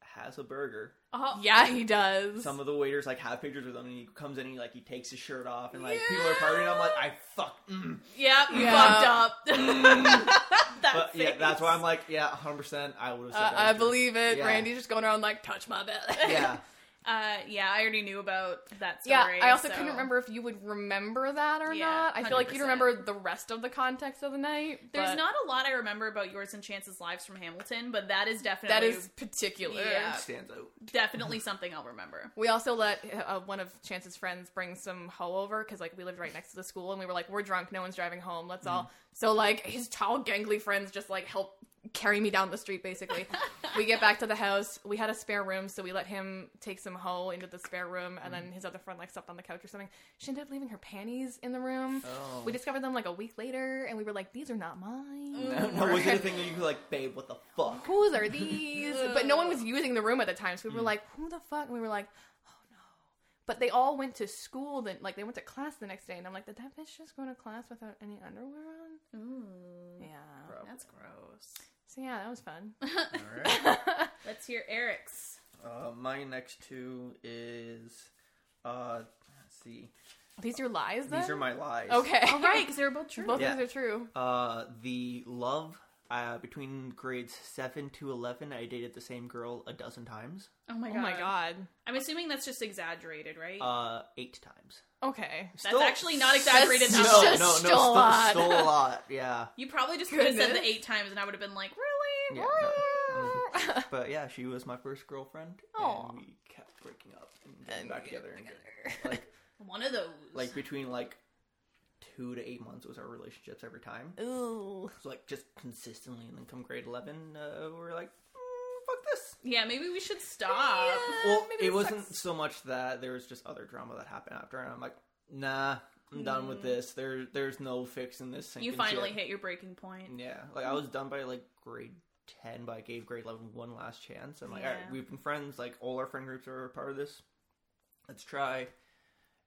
has a burger. Oh, yeah, he does. Some of the waiters like have pictures with him, and he comes in and he, like he takes his shirt off, and like people are partying. I'm like, I fuck. Mm. Yep, Yeah. fucked up. that But yeah, face. that's why I'm like, yeah, 100. percent I would have said. Uh, that I too. believe it. Yeah. Randy's just going around like, touch my belly. Yeah, Uh, yeah, I already knew about that Yeah, story. I also so- couldn't remember if you would remember that or Yeah, not. I feel like you'd 100%. remember the rest of the context of the night. There's but not a lot I remember about yours and Chance's lives from Hamilton, but that is definitely that is particular. Yeah. stands out. definitely something I'll remember. We also let uh, one of Chance's friends bring some hoe over because like we lived right next to the school and we were like we're drunk, no one's driving home, let's all. So like his tall, gangly friends just like help carry me down the street. Basically, we get back to the house. We had a spare room, so we let him take some hoe into the spare room, and then his other friend like slept on the couch or something. She ended up leaving her panties in the room. Oh. We discovered them like a week later, and we were like, these are not mine. No, no, was it a thing that you were like, babe? What the fuck? Whose are these? but no one was using the room at the time, so we were like, who the fuck? And we were like, oh no. But they all went to school, then like they went to class the next day, and I'm like, did that bitch just go to class without any underwear on? Ooh, Yeah. that's gross. So yeah, that was fun. All right. Let's hear Eric's. Uh, my next two is, uh, let's see. These are lies, then. These are my lies. okay. All right, because they're both true. Both Yeah. of these are true. Uh, the love uh, between grades seven to eleven, I dated the same girl a dozen times. Oh my Oh god. my god. I'm assuming that's just exaggerated, right? Uh, eight times. Okay. that's actually not exaggerated exaggerated at at No, all. all. no, no, Just still, a lot. still a lot. Yeah, You probably just could have said the Goodness. eight times, and I would have been like, really? yeah. no. Mhm. But yeah, she was my first girlfriend, Aw. and we kept breaking up and getting back together. and getting- Like, One of those. like between like two to eight months was our relationships every time. Ooh. So like just consistently, and then come grade eleven, uh, we we're like, mm, fuck this. yeah, maybe we should stop. Yeah. Uh, well, maybe it this wasn't so much that there was just other drama that happened after, and I'm like, nah, I'm done with this. There, there's no fixing this. Mm. You sinking finally ship. hit Mm. your breaking point. Yeah, like I was done by like grade ten, but I gave grade eleven one last chance. I'm like, all Yeah. right, we've been friends. Like all our friend groups are a part of this. Let's try.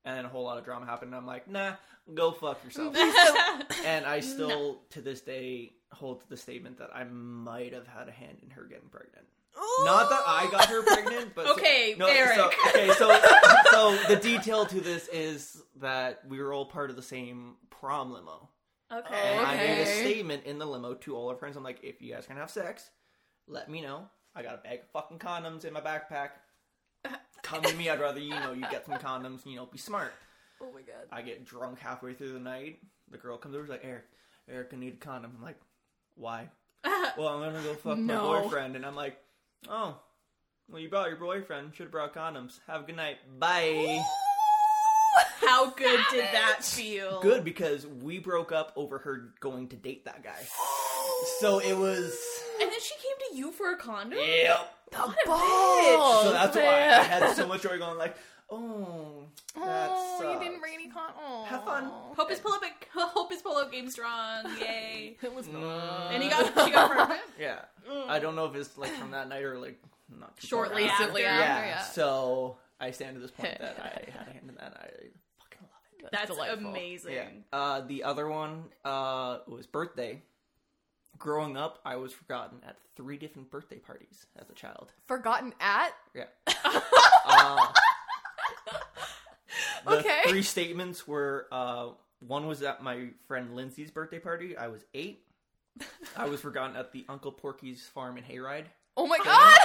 And then a whole lot of drama happened. And I'm like, nah, go fuck yourself. and I still, to this day, hold to the statement that I might have had a hand in her getting pregnant. Not that I got her pregnant, but Okay, so, no, Eric. So, okay, so so the detail to this is that we were all part of the same prom limo, okay. and I made a Oh, Okay. statement in the limo to all our friends. I'm like, if you guys are gonna have sex, let me know. I got a bag of fucking condoms in my backpack. Come to me. I'd rather you know you get some condoms. You know, be smart. Oh my god. I get drunk halfway through the night. The girl comes over, she's like, Eric, Eric, I need a condom. I'm like, why? well, I'm gonna go fuck my No. boyfriend. And I'm like, oh, well, you brought your boyfriend. Should have brought condoms. Have a good night. Bye. How good did that feel? Good because we broke up over her going to date that guy. So it was. And then she came to you for a condom? Yep. The balls. So that's why I man. had so much joy going like, oh, that's. Oh, you didn't bring any con. Oh. Have fun. Hope is pull-up Hope is pull-up game strong. Yay. It was Mm. and he Uh. got Mm. she got pregnant. Yeah. I don't know if it's like from that night or like not too far Shortly after. after. Yeah. yeah. yeah. So I stand to this point that I had a hand in that. I fucking love it. That's Delightful. amazing. Yeah. Uh, the other one uh, was birthday. Growing up, I was forgotten at three different birthday parties as a child. Forgotten at? Yeah. uh, the Okay. Three statements were: uh, one was at my friend Lindsay's birthday party. I was eight. I was forgotten at the Uncle Porky's farm in Hayride. Oh my god.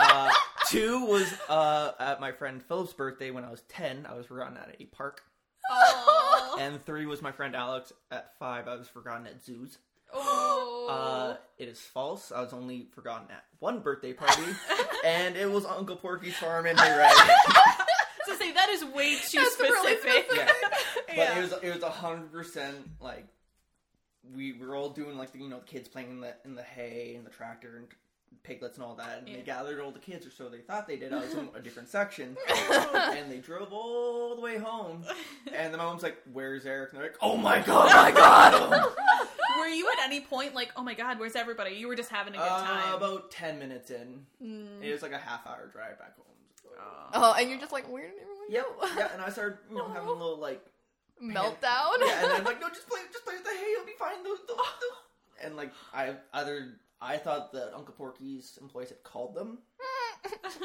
Uh, two was uh, at my friend Philip's birthday when I was 10. I was forgotten at a park. Oh. And three was my friend Alex at five. I was forgotten at zoos. Uh, Oh. it is false. I was only forgotten at one birthday party, and it was Uncle Porky's farm in Hayride. so say that is way too That's really specific. yeah. But Yeah. it was it was a hundred percent like we were all doing like the, you know the kids playing in the in the hay and the tractor and piglets and all that, and Yeah. they gathered all the kids or so they thought they did. I was in a different section, and they drove all the way home, and the mom's like, "Where's Eric?" And they're like, "Oh my god, my god!" Were you at any point like, oh my god, where's everybody? You were just having a good uh, time. Mm. about ten minutes in, it was like a half hour drive back home. story. Oh, and you're just like, where did everyone Yep. go? Yeah, and I started, you know, having a little like Meltdown. Yeah, and I'm like, no, just play, just play with the hay. You'll be fine. The, the, the. And like, I other, I thought that Uncle Porky's employees had called them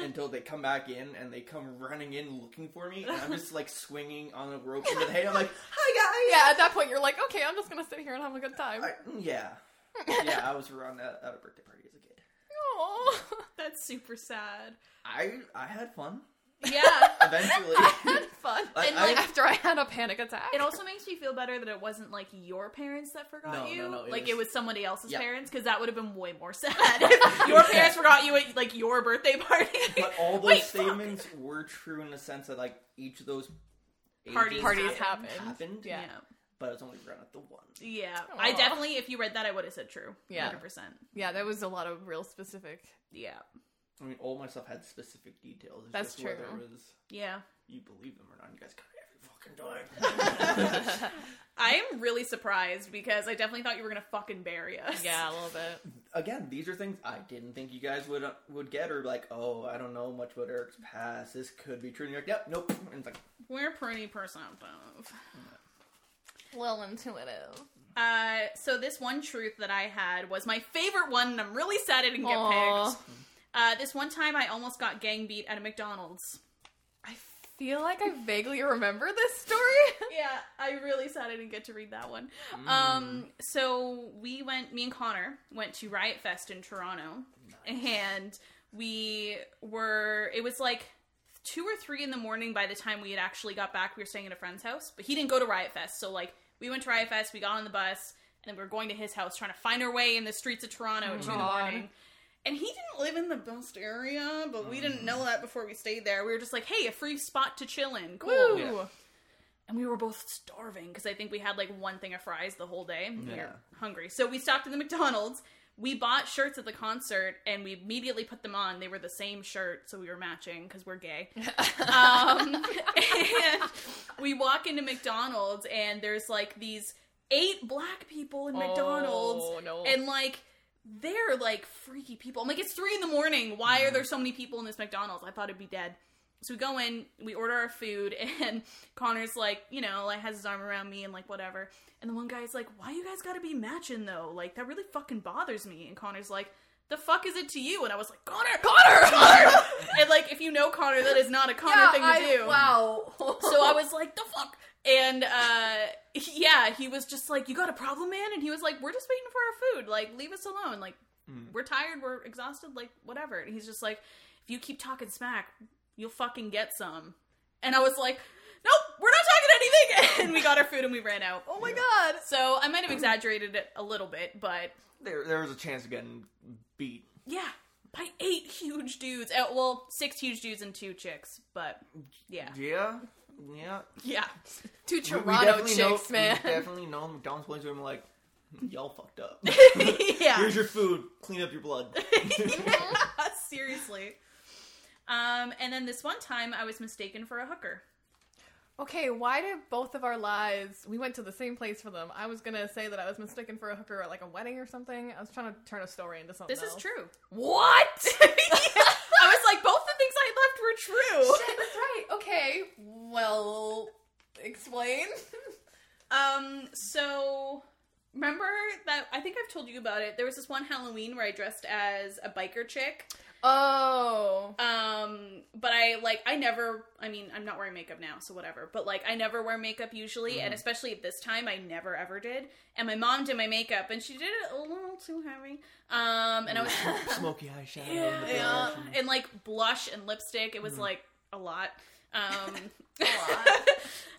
until they come back in and they come running in looking for me, and I'm just like swinging on a rope into the hay. I'm like, hi guys. yeah, at that point you're like, okay, I'm just gonna sit here and have a good time. I, yeah, yeah. I was around at, at a birthday party as a kid. Aw. That's super sad. I I had fun Yeah. eventually. Had fun. Like, And, like, I- After I had a panic attack. It also makes me feel better that it wasn't like your parents that forgot No, you. no, no, it like was- it was somebody else's Yeah. parents because that would have been way more sad. if your parents forgot you at like your birthday party. but all those Wait, fuck. statements were true in the sense that like each of those ages Parties parties happened. happened. happened. Yeah. yeah. but it's only run at the one. Yeah. I Aw. definitely if you read that I would have said true. Oh. Yeah. 100%. Yeah, there was a lot of real specific. Yeah. I mean, all my stuff had specific details. It's That's just Whether true. it was Yeah. you believe them or not, you guys got every fucking time. I am really surprised because I definitely thought you were going to fucking bury us. yeah, a little bit. Again, these are things I didn't think you guys would uh, would get, or like, oh, I don't know much about Eric's past. This could be true. And you're like, yep, nope. And it's like, We're pretty perceptive. A little intuitive. Uh, so this one truth that I had was my favorite one, and I'm really sad I didn't get Aw. picked. Uh, this one time I almost got gang beat at a McDonald's. I feel like I vaguely remember this story. yeah, I really sad I didn't get to read that one. Um, so we went, me and Connor went to Riot Fest in Toronto, and we were. It was like two or three in the morning by the time we had actually got back. We were staying at a friend's house, but he didn't go to Riot Fest, so like we went to Riot Fest. We got on the bus, and then we were going to his house, trying to find our way in the streets of Toronto at two in the God. morning. And he didn't live in the best area, but we didn't know that before we stayed there. We were just like, "Hey, a free spot to chill in, cool." Woo! Yeah. and we were both starving because I think we had like one thing of fries the whole day. We Yeah. were hungry. So we stopped at the McDonald's. We bought shirts at the concert and we immediately put them on. They were the same shirt, so we were matching because we're gay. um, and we walk into McDonald's and there's like these eight black people in McDonald's Oh, no. and like they're like freaky people. I'm like, it's three in the morning. Why are there so many people in this McDonald's? I thought it'd be dead. So we go in, we order our food, and Connor's like, you know, like has his arm around me and like whatever. And the one guy's like, why you guys gotta be matching though? Like that really fucking bothers me. And Connor's like, the fuck is it to you? And I was like, Connor, Connor, Connor. and like, if you know Connor, that is not a Connor Yeah, thing to I- do. Wow. So I was like, the fuck? And uh he- yeah, he was just like, You got a problem, man? And he was like, We're just waiting for our food. Like, leave us alone. Like, we're tired, we're exhausted, like, whatever. And he's just like, If you keep talking smack, you'll fucking get some. And I was like, Nope, we're not talking anything. And we got our food and we ran out. oh my god. So I might have exaggerated it a little bit, but there there was a chance of getting beat. yeah, by eight huge dudes. Uh, well, six huge dudes and two chicks, but yeah. Yeah, yeah. Yeah. Two We- we Toronto definitely know- chicks, man. We definitely know McDonald's employees were like, y'all fucked up. yeah. Here's your food. Clean up your blood. Seriously. Um, and then this one time I was mistaken for a hooker. Okay, why did both of our lives? We went to the same place for them. I was gonna say that I was mistaken for a hooker at like a wedding or something. I was trying to turn a story into something. This is else. true. What? I was like, both the things I left were true. Shit, that's right. Okay. Well, explain. Um, so remember that I think I've told you about it. There was this one Halloween where I dressed as a biker chick. oh. Um, but I like I never I mean, I'm not wearing makeup now, so whatever. But like I never wear makeup usually, and especially at this time I never ever did. And my mom did my makeup and she did it a little too heavy. Um and I was Smoky eyeshadow. in yeah, the Mm-hmm. yeah. brush and- and like blush and lipstick. It was like a lot. Um, lot.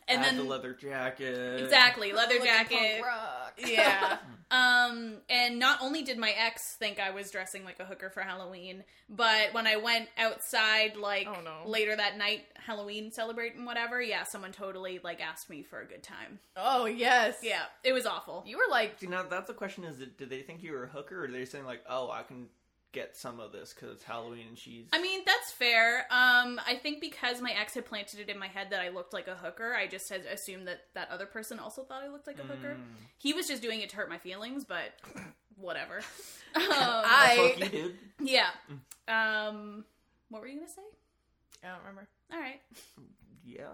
and add then the leather jacket. exactly leather Like in jacket. punk rock. Yeah. um, and not only did my ex think I was dressing like a hooker for Halloween, but when I went outside, like Oh, no. later that night, Halloween celebrating whatever, yeah, someone totally like asked me for a good time. oh yes. Yeah, it was awful. You were like. See, now that's the question: Is that, did they think you were a hooker, or are they saying like, "Oh, I can get some of this because it's Halloween and she's"? I mean, that's fair. Um, I think because my ex had planted it in my head that I looked like a hooker, I just had assumed that that other person also thought I looked like a hooker. Mm. He was just doing it to hurt my feelings, but whatever. um, I- Fuck you, dude. yeah. Um, what were you gonna say? I don't remember. All right. Yeah.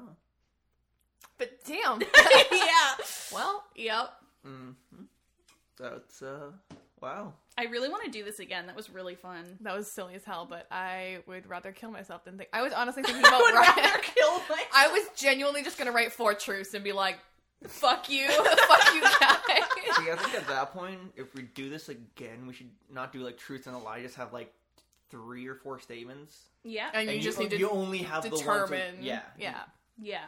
But damn. yeah. well, Yep. hmm That's uh. Wow. I really want to do this again. That was really fun. that was silly as hell, but I would rather kill myself than think. I was honestly thinking I about would writing- rather kill myself. I was genuinely just gonna write four truths and be like, "Fuck you, fuck you guys." See, I think at that point, if we do this again, we should not do like truths and a lie. Just have like three or four statements, Yeah. And you, just need to you only have The ones determine. that, yeah, yeah. Yeah.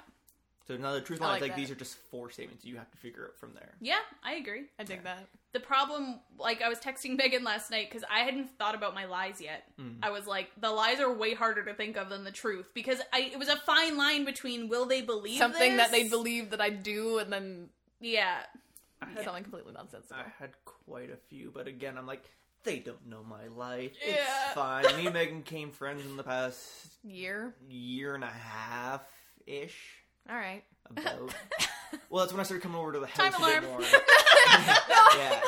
So another truth I line like is like that. these are just four statements you have to figure out from there. Yeah, I agree. I dig that. The problem, like, I was texting Megan last night because I hadn't thought about my lies yet. I was like, the lies are way harder to think of than the truth because I, it was a fine line between will they believe Something that they this? believe that I do, and then Yeah. Yeah. something completely nonsensical. I had quite a few, but again, I'm like, they don't know my life. Yeah. It's fine. Me and Megan came friends in the past Year. year and a half ish. All right. About. well, that's when I started coming over to the Time house a bit alarm. more. yeah.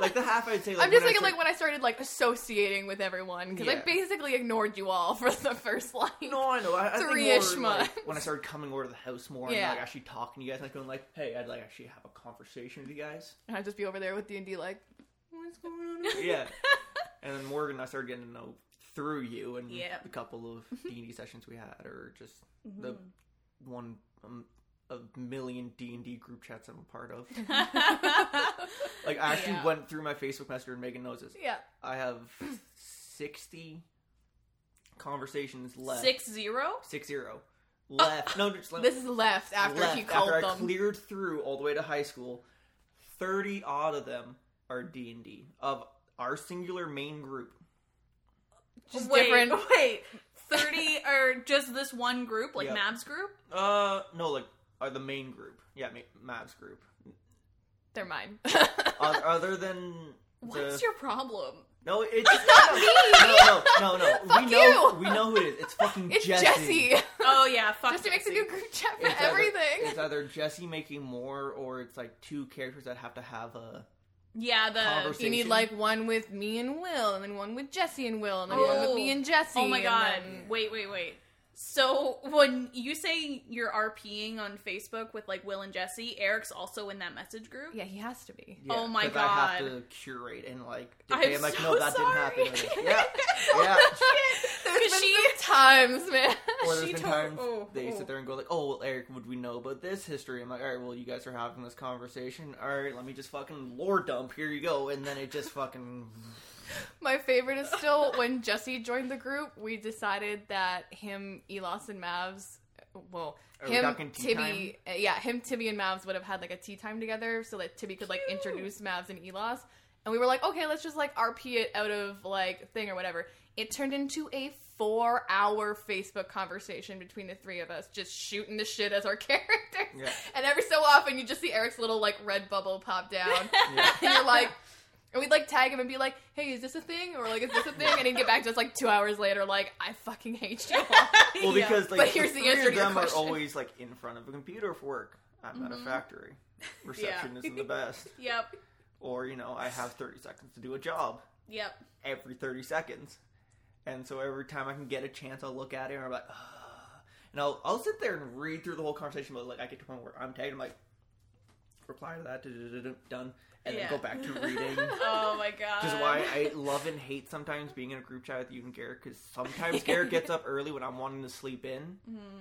Like the half, I'd say. Like, I'm just when I thinking start- like when I started like associating with everyone because I Yeah. basically ignored you all for the first like No, I know. I, I think Three-ish more, like, months. when I started coming over to the house more Yeah. and like actually talking to you guys, and like going like, "Hey, I'd like actually have a conversation with you guys." And I'd just be over there with D and D like, what's going on? yeah. And then Morgan, and I started getting to know through you and Yeah. the couple of D and D sessions we had, or just the Hmm. one um, a million D and D group chats I'm a part of. Like I actually Yeah. went through my Facebook Messenger and making notes. yeah. I have sixty conversations left. Six zero? Six zero left. no, just left. Oh. This is left after left he called after I them. cleared through all the way to high school. Thirty odd of them are D and D of our singular main group. just wait, different. Wait. 30 or just this one group, like Yep. Mav's group? Uh, no, like are the main group. Yeah, ma- Mavs group. They're mine. Other, other than the What's your problem? no, it's, not no, me. No, no, no, no. Fuck we know you. we know who it is. It's fucking it's Jesse. Jesse. Oh, yeah, fuck Jesse makes a Jesse. new group chat for It's either- everything. it's either Jesse making more, or it's like two characters that have to have a. Yeah, the Conversation. You need like one with me and Will, and then one with Jesse and Will, and then one with Oh. me and Jesse. Oh my and god. then- Wait, wait, wait. So when you say you're RPing on Facebook with like Will and Jesse, Eric's also in that message group. Yeah, he has to be. Yeah, Oh my 'cause I God. have to curate and like. I'm debate. I'm like, so no, that sorry. didn't happen. Yeah, yeah. There's been she- some times, man. Or there's She been told- times oh, they oh. sit there and go like, "Oh, well, Eric, would we know about this history?" I'm like, "All right, well, you guys are having this conversation. All right, let me just fucking lore dump. Here you go." And then it just fucking My favorite is still when Jesse joined the group. We decided that him, Elos, and Mavs. Well, Are we him, talking tea Tibby, uh, yeah, him, Tibby, and Mavs would have had like a tea time together, so that Tibby could like Cute. introduce Mavs and Elos. And we were like, okay, let's just like RP it out of like thing or whatever. It turned into a four-hour Facebook conversation between the three of us, just shooting the shit as our characters. Yeah. And every so often, you just see Eric's little like red bubble pop down, Yeah. and you're like. And we'd like tag him and be like, "Hey, is this a thing?" Or like, "Is this a thing?" And he'd get back to us like two hours later, like, "I fucking hate you." well Yeah. because like But here's the three answer of to your them are question. Mm-hmm. always like in front of a computer for work. I'm at a factory. Reception isn't the best. Yep. Or you know, I have 30 seconds to do a job Yep. every 30 seconds, and so every time I can get a chance, I'll look at it and I'm like, "Ah." and I'll I'll sit there and read through the whole conversation, but like I get to a point where I'm tagged. I'm like, reply to that, da-da-da-da, done, and Yeah. then go back to reading. Oh my god. Which is why I love and hate sometimes being in a group chat with you and Garrett because sometimes Garrett gets up early when I'm wanting to sleep in,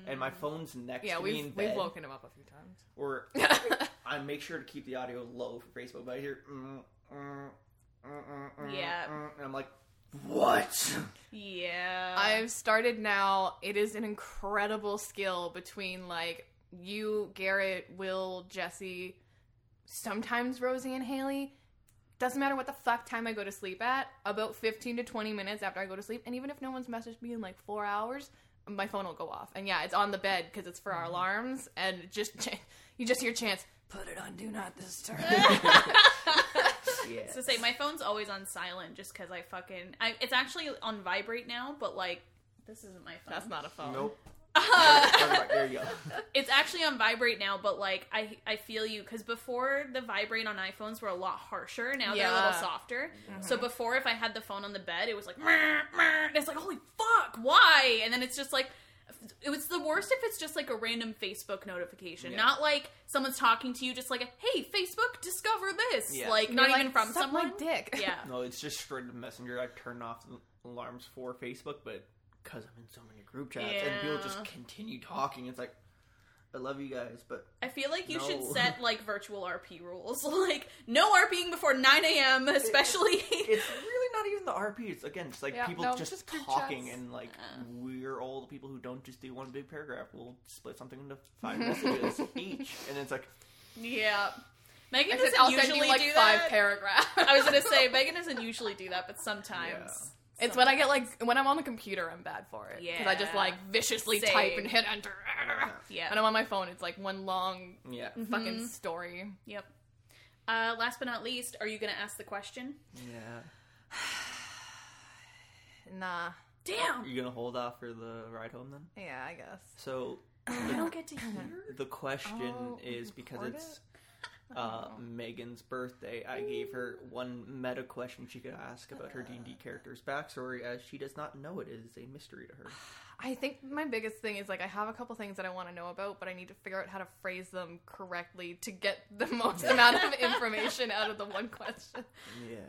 and my phone's next Mm. yeah, to me in we've bed. we've woken him up a few times. Or I make sure to keep the audio low for Facebook, but I hear mm, mm, mm, mm, mm, Yeah. mm, and I'm like, what? Yeah. I've started now. It is an incredible skill between like you, Garrett, Will, Jesse, sometimes Rosie and Haley. Doesn't matter what the fuck time I go to sleep at, about 15 to 20 minutes after I go to sleep, and even if no one's messaged me in like four hours, my phone will go off. And yeah, it's on the bed because it's for our Mm-hmm. alarms, and it just you just hear Chance, put it on Do Not Disturb. Yeah. So say my phone's always on silent just because I fucking I, it's actually on vibrate now, but like this isn't my phone. That's not a phone. Nope. Alright, there you go. It's actually on vibrate now, but like I I feel you because before the vibrate on iPhones were a lot harsher. Now they're a Yeah. little softer. Mm-hmm. So before, if I had the phone on the bed, it was like "Meh, meh," and it's like holy fuck, why? And then it's just like It's the worst if it's just like a random Facebook notification, Yeah. not like someone's talking to you, just like, "Hey, Facebook, discover this!" Yeah. Like, not You're even like, from "Suck someone. My dick. Yeah, No, it's just straight up messenger. I've turned off alarms for Facebook, but because I'm in so many group chats and people Yeah. just continue talking, it's like, I love you guys, but I feel like you should No. set like virtual RP rules, like no RPing before 9 a.m. Especially. it's really not even the RP. It's again, it's like Yeah, people no, just, just group talking chats. and like Yeah. we're all the people who don't just do one big paragraph. We'll split something into five messages each, and it's like yeah, Megan I said, doesn't I'll usually send you like do five that. paragraphs. I was gonna say Megan doesn't usually do that, but sometimes. It's when I get like when I'm on the computer, I'm bad for it. because I just Yeah. like viciously Same. type and hit enter. Yeah. When I'm on my phone, it's like one long yeah, fucking story. Yep. Uh, last but not least, are you going to ask the question? yeah. Nah, Damn. You gonna hold off for the ride home then? yeah, I guess. So I don't get to hear. the question Oh, is because record it's it? uh, Megan's birthday. I gave her one meta question she could ask about her D and D Uh-huh. character's backstory, as she does not know it is a mystery to her. I think my biggest thing is like I have a couple things that I want to know about, but I need to figure out how to phrase them correctly to get the most amount of information out of the one question. Yeah.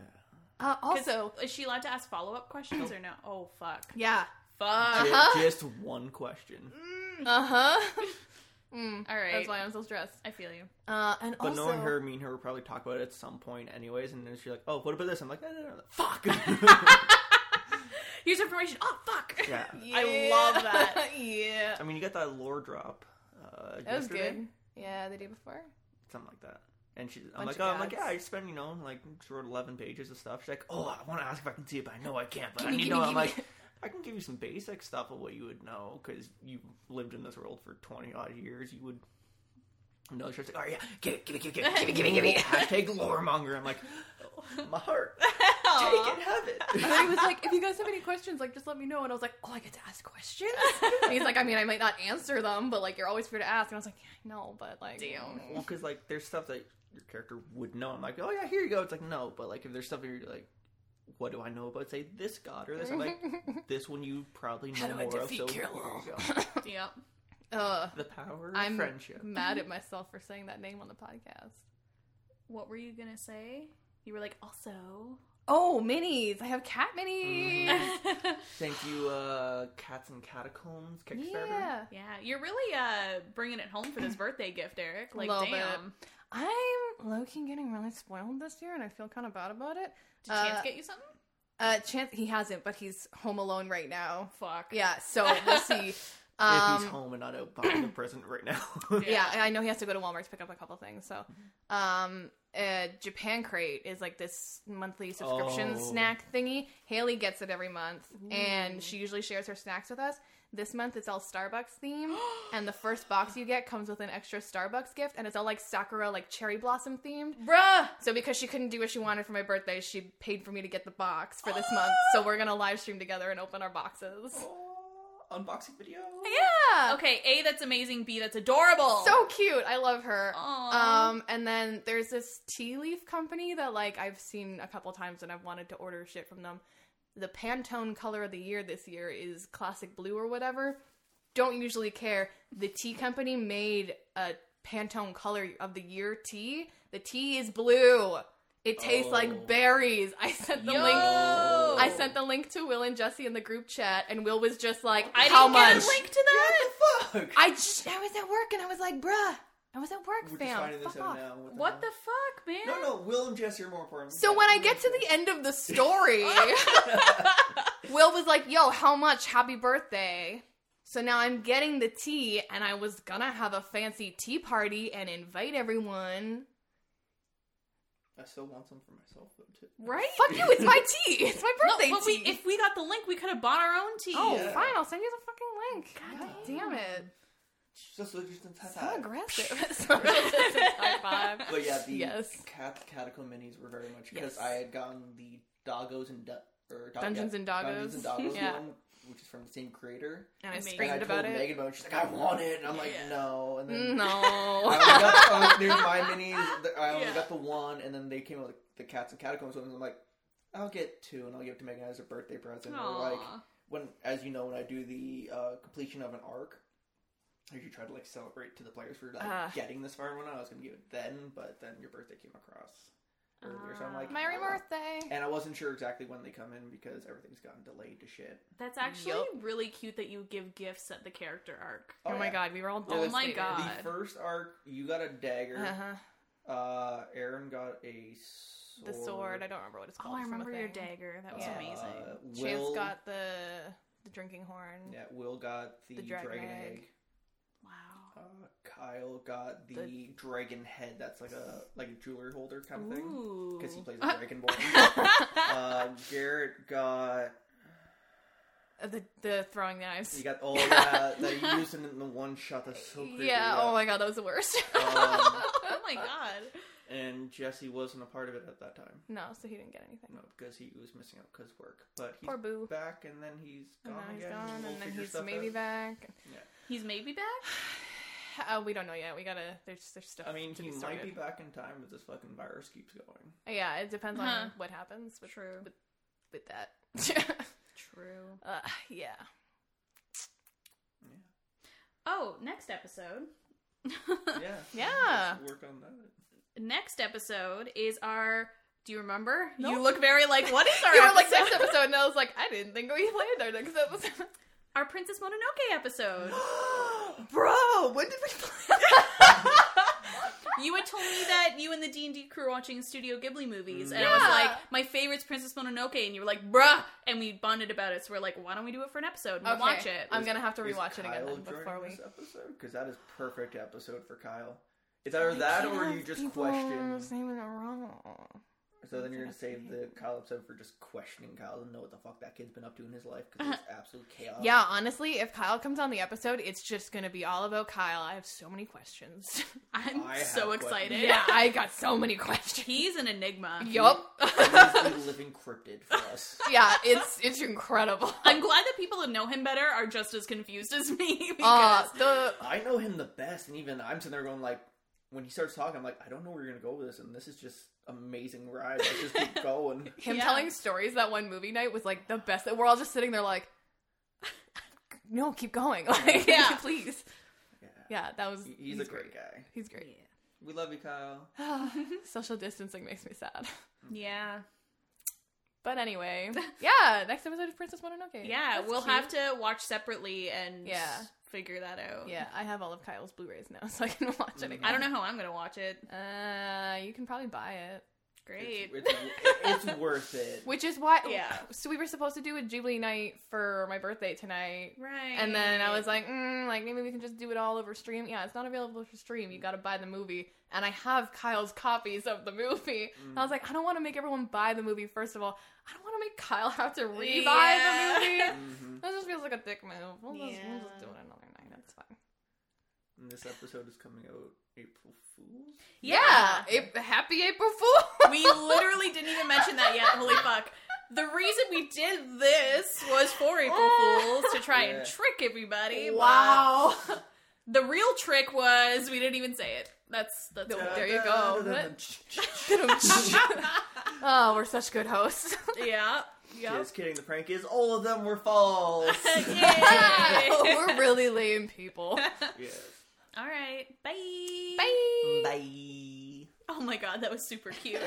Uh, 'Cause also, is she allowed to ask follow up questions or no? Oh, fuck. yeah, Fuck. Uh-huh. Just one question. uh huh. mm, All right. that's why I'm so stressed. I feel you. Uh, and But also, knowing her, me and her would probably talk about it at some point, anyways. And then she's like, "Oh, what about this?" I'm like, "No, no, no, no. fuck." Here's information. Oh, fuck. yeah. I love that. yeah, I mean, you got that lore drop. Uh, that was yesterday, good. Yeah, the day before. Something like that. And she, I'm Bunch like, of "Oh, I'm like, ads. yeah, I spent, you know, like she wrote 11 pages of stuff." She's like, "Oh, I want to ask if I can see it, but I know I can't. But I Gimme, need to gimme, know." I'm gimme. like, "I can give you some basic stuff of what you would know because you've lived in this world for 20 odd years. You would." know." she's like, oh yeah, give it, give it, give it, give it, give it, give it. Hashtag loremonger. I'm like, my heart, take it, have it. And he was like, if you guys have any questions, like just let me know. And I was like, oh, I get to ask questions. And he's like, I mean, I might not answer them, but like you're always free to ask. And I was like, yeah, I know, but like, Damn. Well, because like there's stuff that your character would know. I'm like, oh yeah, here you go. It's like no, but like if there's stuff that you're like, what do I know about say this god or this? I'm like, this one you probably know How do I more of. defeat So here Kirillov? you go. Yeah. Ugh. The power of I'm friendship. mad at myself for saying that name on the podcast. What were you going to say? You were like, also. Oh, minis! I have cat minis. Thank you, uh, Cats and Catacombs Kickstarter. Yeah, yeah. You're really uh, bringing it home for this birthday gift, Eric. Like, Little damn. I'm low key getting really spoiled this year, and I feel kind of bad about it. Did Chance Uh, get you something? Uh, Chance he hasn't, but he's home alone right now. Fuck. Yeah, so we'll see. Um, if he's home and not out buying a present right now. yeah, and I know he has to go to Walmart to pick up a couple things. So, Mm-hmm. um, uh, Japan Crate is like this monthly subscription Oh. snack thingy. Haley gets it every month, and she usually shares her snacks with us. This month it's all Starbucks themed, and the first box you get comes with an extra Starbucks gift, and it's all like Sakura, like cherry blossom themed. Bruh. So because she couldn't do what she wanted for my birthday, she paid for me to get the box for this month. So we're gonna live stream together and open our boxes. Oh, unboxing video. Yeah. Okay, A, that's amazing. B, that's adorable. so cute. I love her. Aw. Um, and then there's this tea leaf company that like I've seen a couple times and I've wanted to order shit from them. The Pantone color of the year this year is classic blue or whatever. Don't usually care. The tea company made a Pantone color of the year tea. The tea is blue. It tastes Oh. like berries. I sent the Yo! link. Oh. I sent the link to Will and Jesse in the group chat, and Will was just like, I didn't "How much?" get a link to that. What the fuck? I just, I was at work and I was like, bruh, I was at work, We're just fam. finding this Fuck out off. now. What the, What the hell? fuck, man? No, no. Will and Jesse are more important. So when I get to the end of the story, Will was like, yo, how much? Happy birthday. So now I'm getting the tea, and I was gonna have a fancy tea party and invite everyone. I still want some for myself though too. Right? Fuck you, it's my tea. It's my No, birthday but we, tea. if we got the link, we could have bought our own tea. oh, Yeah. fine, I'll send you the fucking link. God damn it. Just look just inside So that. aggressive. So aggressive. High five. But yeah, the Yes. cat catacomb minis were very much because Yes. I had gotten the doggos and du- or dog- Dungeons and Doggos. Dungeons and Doggos Yeah. one, which is from the same creator. And I Amazing. And I screamed told about it. Mm. Megan about it. She's like, "I want it," and I'm like, Yeah. "No." And then I No. only got, I only- there's my minis. the- I only Yeah. got the one, and then they came out with the cats and catacombs ones. And I'm like, "I'll get two, and I'll give it to Megan as a birthday present." Or like, Aw. when, as you know, when I do the uh, completion of an arc, I usually try to like celebrate to the players for like Ah. getting this far. When I was going to give it then, but then your birthday came across earlier, so I'm Ah. like Merry "Oh, well." birthday! And I wasn't sure exactly when they come in because everything's gotten delayed to shit. That's actually Yup. really cute that you give gifts at the character arc. Oh, my yeah. god, we were all Oh my devastated. God. The first arc, you got a dagger. Uh-huh. Uh, Aaron got a sword. The sword. I don't remember what it's Oh, called. I it's from a remember your thing. dagger. That was Yeah. amazing. Uh, Chance Will got the the drinking horn. Yeah, Will got the, The dragon, dragon egg. egg. Wow. Uh, Kyle got the, The- dragon head. That's like a like a jewelry holder kind of thing Ooh. because he plays a dragonborn. uh, Garrett got Uh, The the throwing knives. you got all that that you used in the one shot. That's so creepy. yeah. Oh my god, that was the worst. Um, oh my god. And Jesse wasn't a part of it at that time. no, so he didn't get anything. No, because he was missing out because work. But he's Poor Boo. back, and then he's And gone now he's again. gone, We'll and then figure he's stuff maybe out. back. He's maybe back? Uh, we don't know yet. We gotta. There's there's stuff. I mean, to he be might sorted. Uh, be back in time if this fucking virus keeps going. Yeah, it depends on Huh. what happens with True. with that. True. uh, yeah. Oh, next episode. Yeah. Yeah. Let's work on that. next episode is our. Do you remember? No. You look very like what is our you were like episode? next episode, and I was like, I didn't think we planned our next episode. our Princess Mononoke episode. Bro, when did we? you had told me that you and the D and D crew were watching Studio Ghibli movies, and I Yeah. was like, my favorite's Princess Mononoke, and you were like, bruh, and we bonded about it. So we're like, why don't we do it for an episode? And we'll Okay. Um, watch it. I'm gonna have to Is rewatch it again Kyle then before joining we. this episode because that is perfect episode for Kyle. It's either that or you just question. Oh. So then you're gonna save the Kyle episode for just questioning Kyle and know what the fuck that kid's been up to in his life because it's absolute chaos. Uh-huh. Yeah, honestly, if Kyle comes on the episode, it's just gonna be all about Kyle. I have so many questions. I'm I have so questions. excited. yeah, I got so many questions. he's an enigma. yup. He's the living cryptid for us. yeah, it's it's incredible. I'm glad that people that know him better are just as confused as me. Uh, Because the I know him the best, and even I'm sitting there going like, when he starts talking, I'm like, I don't know where you're gonna go with this, and this is just amazing ride. Let's just keep going. him Yeah. telling stories that one movie night was like the best. We're all just sitting there like, no, keep going, like, Yeah. please. Yeah. Yeah, that was. He- He's, a great guy. He's great. We love you, Kyle. Social distancing makes me sad. yeah. But anyway, yeah. Next episode is Princess Mononoke. Yeah, That's we'll cute. have to watch separately and Yeah. figure that out. Yeah, I have all of Kyle's Blu-rays now, so I can watch it again. I don't know how I'm gonna watch it. Uh, you can probably buy it. Great. It's, it's, it's worth it. Which is why, Yeah. So we were supposed to do a Jubilee night for my birthday tonight, right. and then I was like, mm, like maybe we can just do it all over stream. Yeah, it's not available for stream. You got to buy the movie, and I have Kyle's copies of the movie. I was like, I don't want to make everyone buy the movie. First of all, I don't want to make Kyle have to re-buy Yeah. the movie. hmm That just feels like a dick move. We'll, just, we'll just do Yeah. it another night. That's fine. And this episode is coming out April Fool's. Yeah. Ap- happy April Fool. we literally didn't even mention that yet. Holy fuck. The reason we did this was for April Fools to try Yeah. and trick everybody. but Wow. The real trick was we didn't even say it. That's that's No, what- there you go. oh, we're such good hosts. yeah. Yeah. Just kidding. The prank is all of them were false. Yay. we're really lame people. yes. All right. Bye. Bye. Bye. Oh my god, that was super cute.